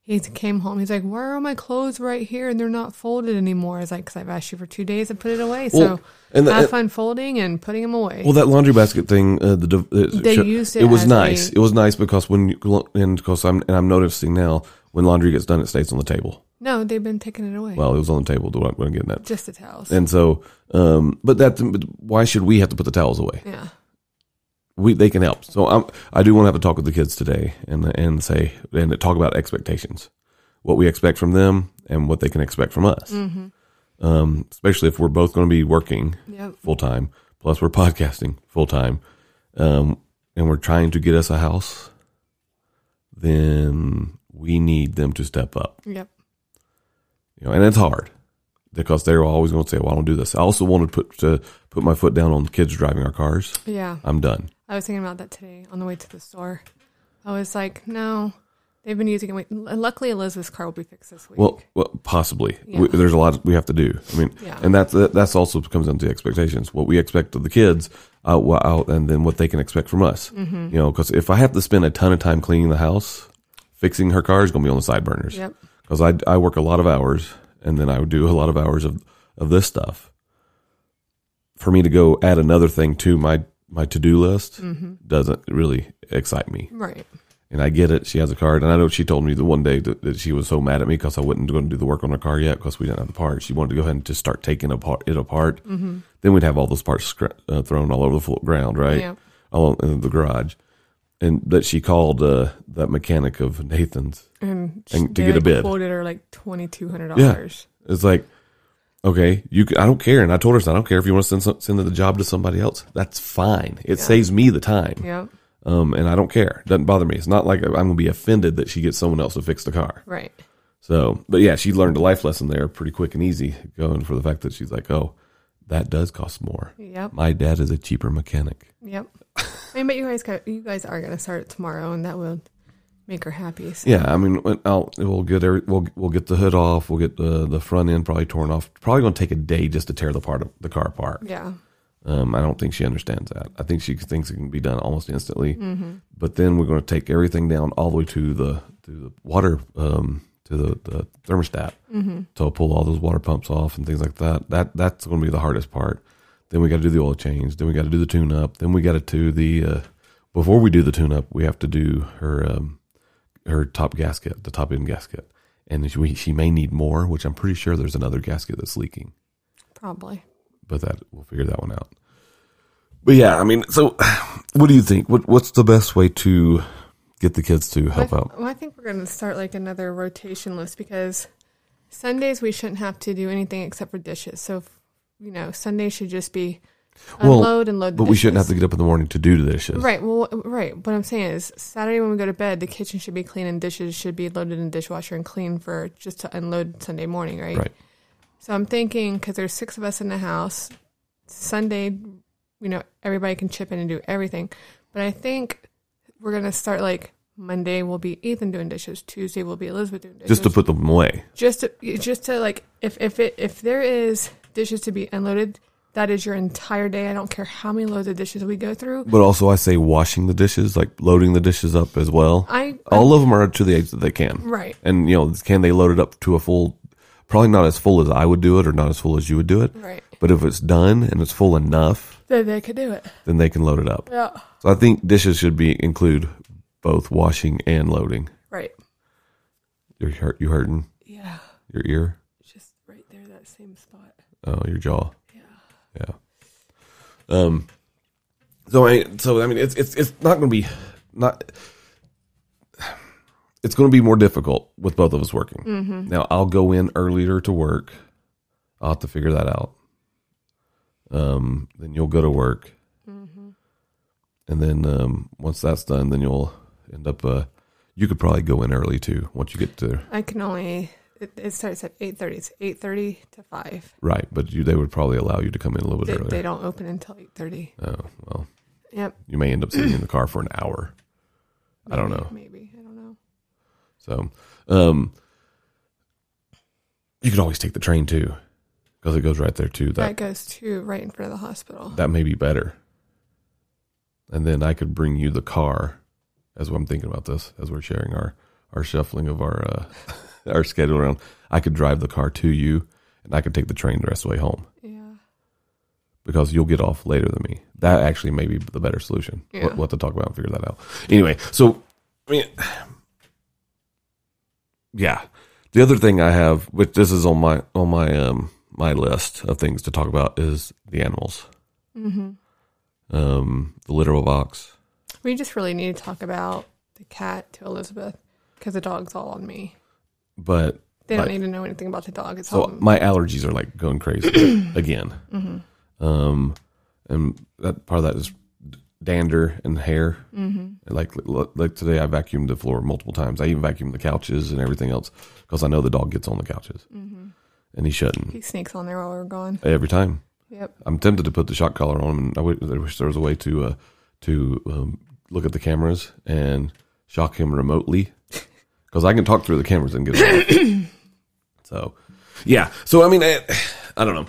Speaker 2: He came home. He's like, "Why are all my clothes right here and they're not folded anymore?" I was like, "Cause I've asked you for two days to put it away."
Speaker 1: Well,
Speaker 2: so
Speaker 1: and the-
Speaker 2: have fun folding and putting them away.
Speaker 1: Well, that laundry basket thing, uh, the div- it,
Speaker 2: They used it
Speaker 1: was
Speaker 2: as
Speaker 1: nice.
Speaker 2: a-
Speaker 1: It was nice because when you, and because I'm and I'm noticing now when laundry gets done, it stays on the table.
Speaker 2: No, they've been taking it away.
Speaker 1: Well, it was on the table. Do what I'm getting at.
Speaker 2: just the towels.
Speaker 1: And so, um, but that but why should we have to put the towels away?
Speaker 2: yeah.
Speaker 1: we they can help. So I'm, I do want to have a talk with the kids today and and say and talk about expectations what we expect from them and what they can expect from us.
Speaker 2: Mm-hmm.
Speaker 1: Um, especially if we're both going to be working
Speaker 2: Yep.
Speaker 1: full time, plus we're podcasting full time, um, and we're trying to get us a house, then we need them to step up.
Speaker 2: Yep.
Speaker 1: You know, and it's hard because they're always going to say, "Well, I don't do this." I also want to put to put my foot down on kids driving our cars.
Speaker 2: Yeah.
Speaker 1: I'm done.
Speaker 2: I was thinking about that today on the way to the store. I was like, no, they've been using it. Wait, and luckily, Elizabeth's car will be fixed this week.
Speaker 1: Well, well possibly. We,
Speaker 2: Yeah.
Speaker 1: there's a lot we have to do. I mean,
Speaker 2: Yeah.
Speaker 1: and that's that- that's also comes down to expectations. What we expect of the kids, uh, wha- out, and then what they can expect from us.
Speaker 2: Mm-hmm.
Speaker 1: You know, because if I have to spend a ton of time cleaning the house, fixing her car is going to be on the side burners.
Speaker 2: Yep.
Speaker 1: Because I I work a lot of hours, and then I would do a lot of hours of of this stuff. For me to go add another thing to my my to do list
Speaker 2: Mm-hmm.
Speaker 1: doesn't really excite me.
Speaker 2: right.
Speaker 1: And I get it. She has a card. And I know she told me the one day that, that she was so mad at me because I wasn't going to do the work on her car yet because we didn't have the parts. She wanted to go ahead and just start taking apart, it apart. Mm-hmm. Then we'd have all those parts scra- uh, thrown all over the floor, ground, right?
Speaker 2: Yeah.
Speaker 1: All in the garage. And that she called uh, that mechanic of Nathan's.
Speaker 2: And,
Speaker 1: And to
Speaker 2: they,
Speaker 1: get a
Speaker 2: like,
Speaker 1: bid.
Speaker 2: quoted her like $2,200.
Speaker 1: It's like, okay, you. c- I don't care. And I told her, I said, I don't care if you want to send some, send the job to somebody else. That's fine. It saves me the time.
Speaker 2: Yep.
Speaker 1: Um, and I don't care. Doesn't bother me. It's not like I'm going to be offended that she gets someone else to fix the car.
Speaker 2: Right.
Speaker 1: So, but yeah, she learned a life lesson there pretty quick and easy, going for the fact that she's like, oh, that does cost more.
Speaker 2: Yep.
Speaker 1: My dad is a cheaper mechanic.
Speaker 2: Yep. I mean, but you guys got, you guys are going to start it tomorrow, and that will make her happy. So.
Speaker 1: Yeah, I mean, when- I'll, we'll get every, we'll we'll get the hood off. We'll get the the front end probably torn off. Probably going to take a day just to tear the part of the car apart.
Speaker 2: Yeah.
Speaker 1: Um, I don't think she understands that. I think she thinks it can be done almost instantly. But then we're going to take everything down all the way to the to the water um, to the, the thermostat. Mm-hmm. So pull all those water pumps off and things like that. That that's going to be the hardest part. Then we got to do the oil change. Then we got to do the tune up. Then we got to do the uh, before we do the tune up, we have to do her um, her top gasket, the top end gasket, and she, she may need more, which I'm pretty sure there's another gasket that's leaking
Speaker 2: Probably.
Speaker 1: but that we'll figure that one out. But yeah, I mean, so (sighs) what do you think? What what's the best way to get the kids to help
Speaker 2: I,
Speaker 1: out?
Speaker 2: Well, I think we're going to start like another rotation list because Sundays we shouldn't have to do anything except for dishes. So, if, you know, Sunday should just be
Speaker 1: Well,
Speaker 2: unload and load. The
Speaker 1: But we shouldn't have to
Speaker 2: dishes.
Speaker 1: get up in the morning to do the dishes.
Speaker 2: Right. Well, right. What I'm saying is Saturday when we go to bed, the kitchen should be clean and dishes should be loaded in the dishwasher and clean for just to unload Sunday morning, right?
Speaker 1: Right.
Speaker 2: So I'm thinking because there's six of us in the house, Sunday, you know, everybody can chip in and do everything. But I think we're gonna start like Monday will be Ethan doing dishes, Tuesday will be Elizabeth doing dishes
Speaker 1: Just to put them away.
Speaker 2: just to, just to like if if it if there is dishes to be unloaded. That is your entire day. I don't care how many loads of dishes we go through.
Speaker 1: But also, I say washing the dishes, like loading the dishes up as well.
Speaker 2: I-
Speaker 1: all of them are to the age that they can.
Speaker 2: Right.
Speaker 1: And you know, can they load it up to a full? Probably not as full as I would do it, or not as full as you would do it.
Speaker 2: Right.
Speaker 1: But if it's done and it's full enough,
Speaker 2: Then they could do it.
Speaker 1: then they can load it up.
Speaker 2: Yeah.
Speaker 1: So I think dishes should be include both washing and loading.
Speaker 2: Right.
Speaker 1: You're hurt. You hurting
Speaker 2: Yeah.
Speaker 1: your ear?
Speaker 2: Just right there, that same spot.
Speaker 1: Oh, your jaw. Yeah. Yeah. Um. So I. So I mean, it's it's it's not going to be not. It's going to be more difficult with both of us working.
Speaker 2: Mm-hmm.
Speaker 1: Now I'll go in earlier to work. I'll have to figure that out. Um. Then you'll go to work.
Speaker 2: Mm-hmm.
Speaker 1: And then um, once that's done, then you'll end up. Uh, you could probably go in early too. Once you get to
Speaker 2: I can only. It, it starts at eight thirty. It's eight thirty to five.
Speaker 1: right, but you, they would probably allow you to come in a little bit
Speaker 2: They,
Speaker 1: earlier.
Speaker 2: they don't open until eight thirty.
Speaker 1: Oh well,
Speaker 2: Yep.
Speaker 1: you may end up sitting in the car for an hour. I don't know.
Speaker 2: Maybe I don't know.
Speaker 1: So, um, you can always take the train too, because it goes right there too. That
Speaker 2: That, goes to right in front of the hospital.
Speaker 1: that may be better. And then I could bring you the car, as I'm thinking about this, as we're sharing our our shuffling of our uh, (laughs) our schedule around. I could drive the car to you, and I could take the train the rest of the way home
Speaker 2: yeah.
Speaker 1: because you'll get off later than me. That actually may be the better solution.
Speaker 2: Yeah.
Speaker 1: We'll, we'll have to talk about and figure that out. Anyway, so I mean, yeah. The other thing I have, which this is on my on my um my list of things to talk about, is the animals. Mm-hmm. Um, the litter box.
Speaker 2: We just really need to talk about the cat to Elizabeth because the dog's all on me.
Speaker 1: but
Speaker 4: They don't
Speaker 1: like-
Speaker 4: need to know anything about the dog. It's all
Speaker 1: so my allergies are like going crazy again. Um, and that part of that is dander and hair. And Like l- like today, I vacuumed the floor multiple times. I even vacuumed the couches and everything else because I know the dog gets on the couches, and he shouldn't
Speaker 4: he sneaks on there while we're gone.
Speaker 1: every time.
Speaker 4: Yep.
Speaker 1: I'm tempted to put the shock collar on, and I wish, I wish there was a way to uh, to um, look at the cameras and shock him remotely, (laughs) because I can talk through the cameras and get it. off. (coughs) so, yeah. So I mean, I, I don't know.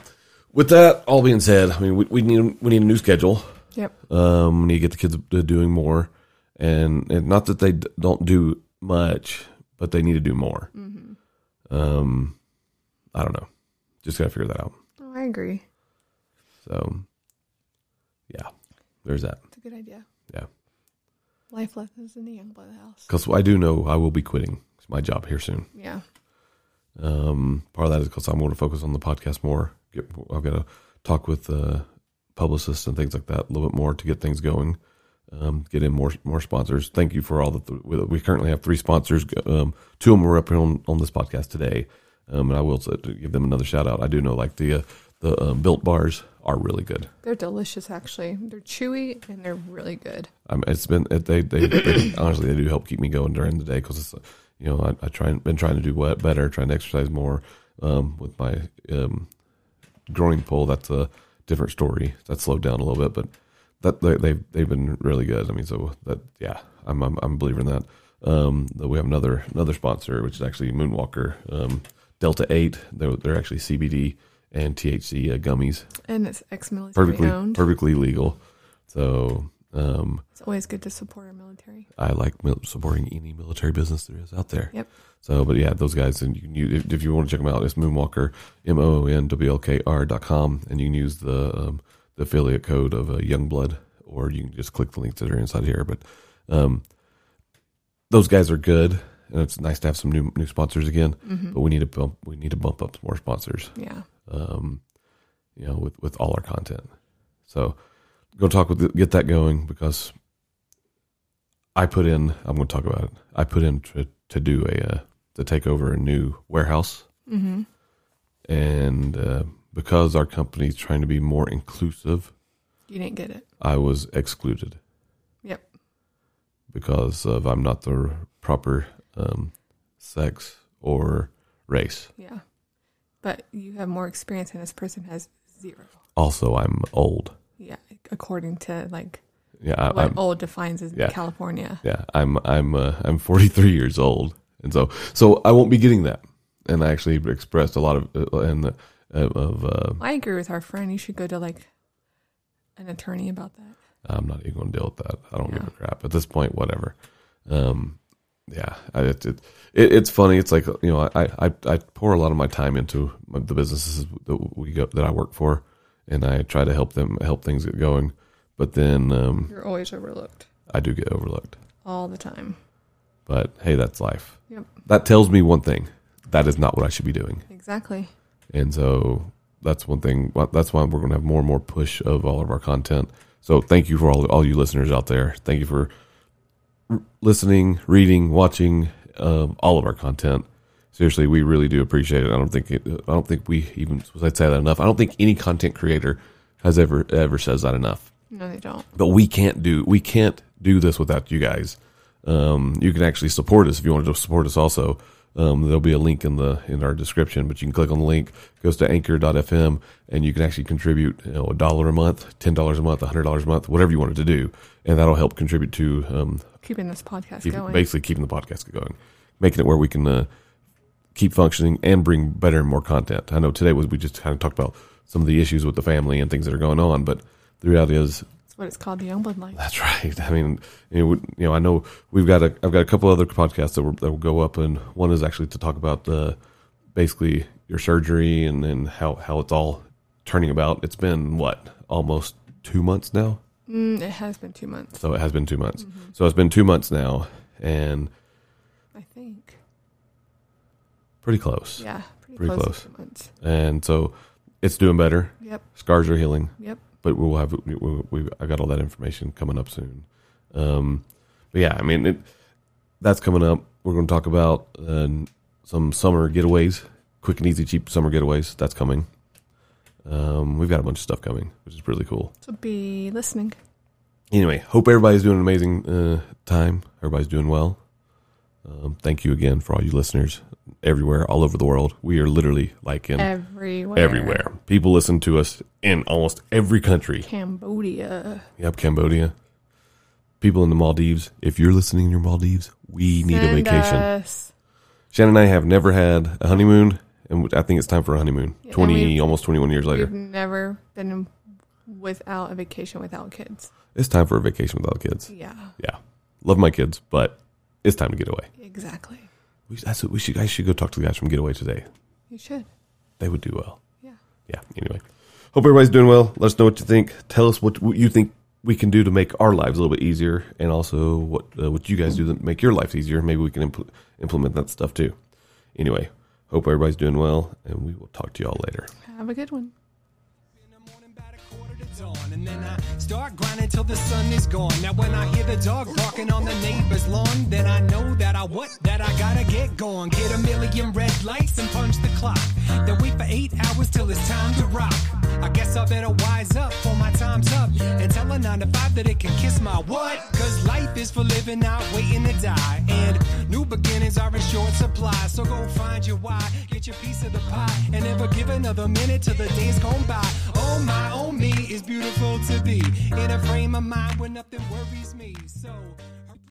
Speaker 1: With that all being said, I mean, we, we need we need a new schedule.
Speaker 4: Yep.
Speaker 1: Um, we need to get the kids uh, doing more, and, and not that they d- don't do much, but they need to do more. Um, I don't know. Just gotta figure that out.
Speaker 4: Oh, I agree.
Speaker 1: So, yeah, there's that.
Speaker 4: It's a good idea.
Speaker 1: Yeah,
Speaker 4: Life lessons in the young blood house.
Speaker 1: because I do know I will be quitting my job here soon.
Speaker 4: Yeah.
Speaker 1: Um, part of that is because I'm going to focus on the podcast more. Get, I've got to talk with uh, publicists and things like that a little bit more to get things going. Um, get in more more sponsors. Thank you for all the. Th- we we currently have three sponsors. Um, two of them were up here on, on this podcast today, um, and I will say- to give them another shout out. I do know like the uh, the um, built bars are really good.
Speaker 4: They're delicious, actually. They're chewy and they're really good.
Speaker 1: Um, it's been it, they, they, they honestly they do help keep me going during the day because you know I, I try and been trying to do what better, trying to exercise more um, with my um, groin pull. That's a different story. That slowed down a little bit, but that they, they've they've been really good. I mean, so that yeah, I'm I'm, I'm a believer in that. Um, though we have another another sponsor, which is actually Moonwalker um, Delta Eight. They're they're actually CBD and THC uh, gummies,
Speaker 4: And it's ex military
Speaker 1: perfectly
Speaker 4: owned.
Speaker 1: perfectly legal. So. Um,
Speaker 4: It's always good to support our military.
Speaker 1: I like mil- supporting any military business there is out there.
Speaker 4: Yep.
Speaker 1: So, but yeah, those guys, and you can use, if, if you want to check them out, it's Moonwalker, M O O N W L K R dot com, and you can use the um, the affiliate code of uh, Youngblood, or you can just click the links that are inside here. But um, those guys are good, and it's nice to have some new new sponsors again.
Speaker 4: Mm-hmm.
Speaker 1: But we need to bump we need to bump up some more sponsors
Speaker 4: Yeah.
Speaker 1: um, you know, with, with all our content. So go talk with, get that going because I put in, I'm going to talk about it. I put in to, to do a, uh, to take over a new warehouse.
Speaker 4: Mm-hmm.
Speaker 1: And uh, because our company's trying to be more inclusive,
Speaker 4: You didn't get it.
Speaker 1: I was excluded
Speaker 4: Yep.
Speaker 1: because of I'm not the proper um, sex or race.
Speaker 4: Yeah. But you have more experience and this person has zero.
Speaker 1: Also, I'm old.
Speaker 4: Yeah. According to like
Speaker 1: Yeah, I,
Speaker 4: what
Speaker 1: I'm,
Speaker 4: old defines as
Speaker 1: Uh, um, yeah.
Speaker 4: California.
Speaker 1: yeah i'm i'm uh, i'm 43 years old and so so i won't be getting that and i actually expressed a lot of uh, and uh, of uh,
Speaker 4: I agree with our friend. You should go to like an attorney about that.
Speaker 1: i'm not even going to deal with that i don't give
Speaker 4: Yeah.
Speaker 1: a crap at this point whatever um yeah I, it, it, it it's funny it's like you know i i i pour a lot of my time into my, the businesses that we go that i work for and i try to help them help things get going but then um
Speaker 4: You're always overlooked
Speaker 1: i do get overlooked
Speaker 4: all the time.
Speaker 1: but hey that's life
Speaker 4: Yep.
Speaker 1: that tells me one thing that is not what i should be doing
Speaker 4: Exactly.
Speaker 1: And so that's one thing. That's why we're going to have more and more push of all of our content. So thank you for all, all you listeners out there. Thank you for r- listening, reading, watching um, all of our content. Seriously, we really do appreciate it. I don't think it, I don't think we even I say that enough. I don't think any content creator has ever ever says that enough
Speaker 4: No, they don't.
Speaker 1: but we can't do we can't do this without you guys. Um, you can actually support us if you want to support us. Also, um, there'll be a link in the in our description, but you can click on the link. It goes to Anchor.fm, and you can actually contribute you know, a dollar a month, ten dollars a month, hundred dollars a month, whatever you wanted to do, and that'll help contribute to um,
Speaker 4: Keeping this podcast
Speaker 1: keep-
Speaker 4: going.
Speaker 1: basically keeping the podcast going, making it where we can uh, keep functioning and bring better and more content. I know today was we just kind of talked about some of the issues with the family and things that are going on, but the reality is
Speaker 4: That's what it's called, the Youngblood Life.
Speaker 1: that's (laughs) right. I mean, you know, we- you know, I know we've got a, I've got a couple other podcasts that, will that will go up, and one is actually to talk about the, basically your surgery and then how how it's all turning about. It's been what almost two months now.
Speaker 4: Mm, it has been two months,
Speaker 1: So it has been two months. So it's been two months now, and
Speaker 4: I think.
Speaker 1: pretty close.
Speaker 4: Yeah, pretty,
Speaker 1: Pretty
Speaker 4: close. to
Speaker 1: close.
Speaker 4: two months.
Speaker 1: And so it's doing better.
Speaker 4: Yep.
Speaker 1: Scars are healing.
Speaker 4: Yep.
Speaker 1: but we'll have we, we, we I got all that information coming up soon. Um, but yeah, I mean it, that's coming up. We're going to talk about uh, some summer getaways, quick and easy, cheap summer getaways. That's coming. Um, we've got a bunch of stuff coming, which is really cool.
Speaker 2: So be listening.
Speaker 1: Anyway, hope everybody's doing an amazing uh, time. Everybody's doing well. Um, thank you again for all you listeners everywhere, all over the world. We are literally like in
Speaker 4: Everywhere.
Speaker 1: everywhere. People listen to us in almost every country.
Speaker 4: Cambodia.
Speaker 1: Yep, Cambodia. People in the Maldives. If you're listening in your Maldives, we need a
Speaker 4: Send
Speaker 1: vacation.
Speaker 4: us.
Speaker 1: Shannon and I have never had a honeymoon, and I think it's time for a honeymoon.
Speaker 4: Yeah, and
Speaker 1: Twenty,
Speaker 4: we've- Mm-hmm.
Speaker 1: almost twenty-one years later,
Speaker 4: We've never been without a vacation without kids.
Speaker 1: it's time for a vacation without kids.
Speaker 4: Yeah,
Speaker 1: Yeah, love my kids, but it's time to get away.
Speaker 4: exactly.
Speaker 1: We, that's what we should. I should go talk to the guys from Getaway today.
Speaker 4: You should.
Speaker 1: They would do well.
Speaker 4: Yeah.
Speaker 1: Yeah. Anyway, hope everybody's doing well. Let us know what you think. Tell us what, what you think we can do to make our lives a little bit easier, and also what uh, what you guys do to make your life easier. Maybe we can impl- implement that stuff too. Anyway, hope everybody's doing well, and we will talk to y'all later.
Speaker 4: Have a good one.
Speaker 3: in the morning about a quarter to dawn and then i start grinding till the sun is gone now when i hear the dog barking on the neighbor's lawn then i know that i what that i gotta get going get a million red lights and punch the clock then wait for eight hours till it's time to rock i guess i better wise up for my time's up and tell a nine to five that it can kiss my what cause life is for living not waiting to die and new beginnings are in short supply so go find your why get your piece of the pie and never give another minute till the days gone by oh my oh me is beautiful to be in a frame of mind where nothing worries me so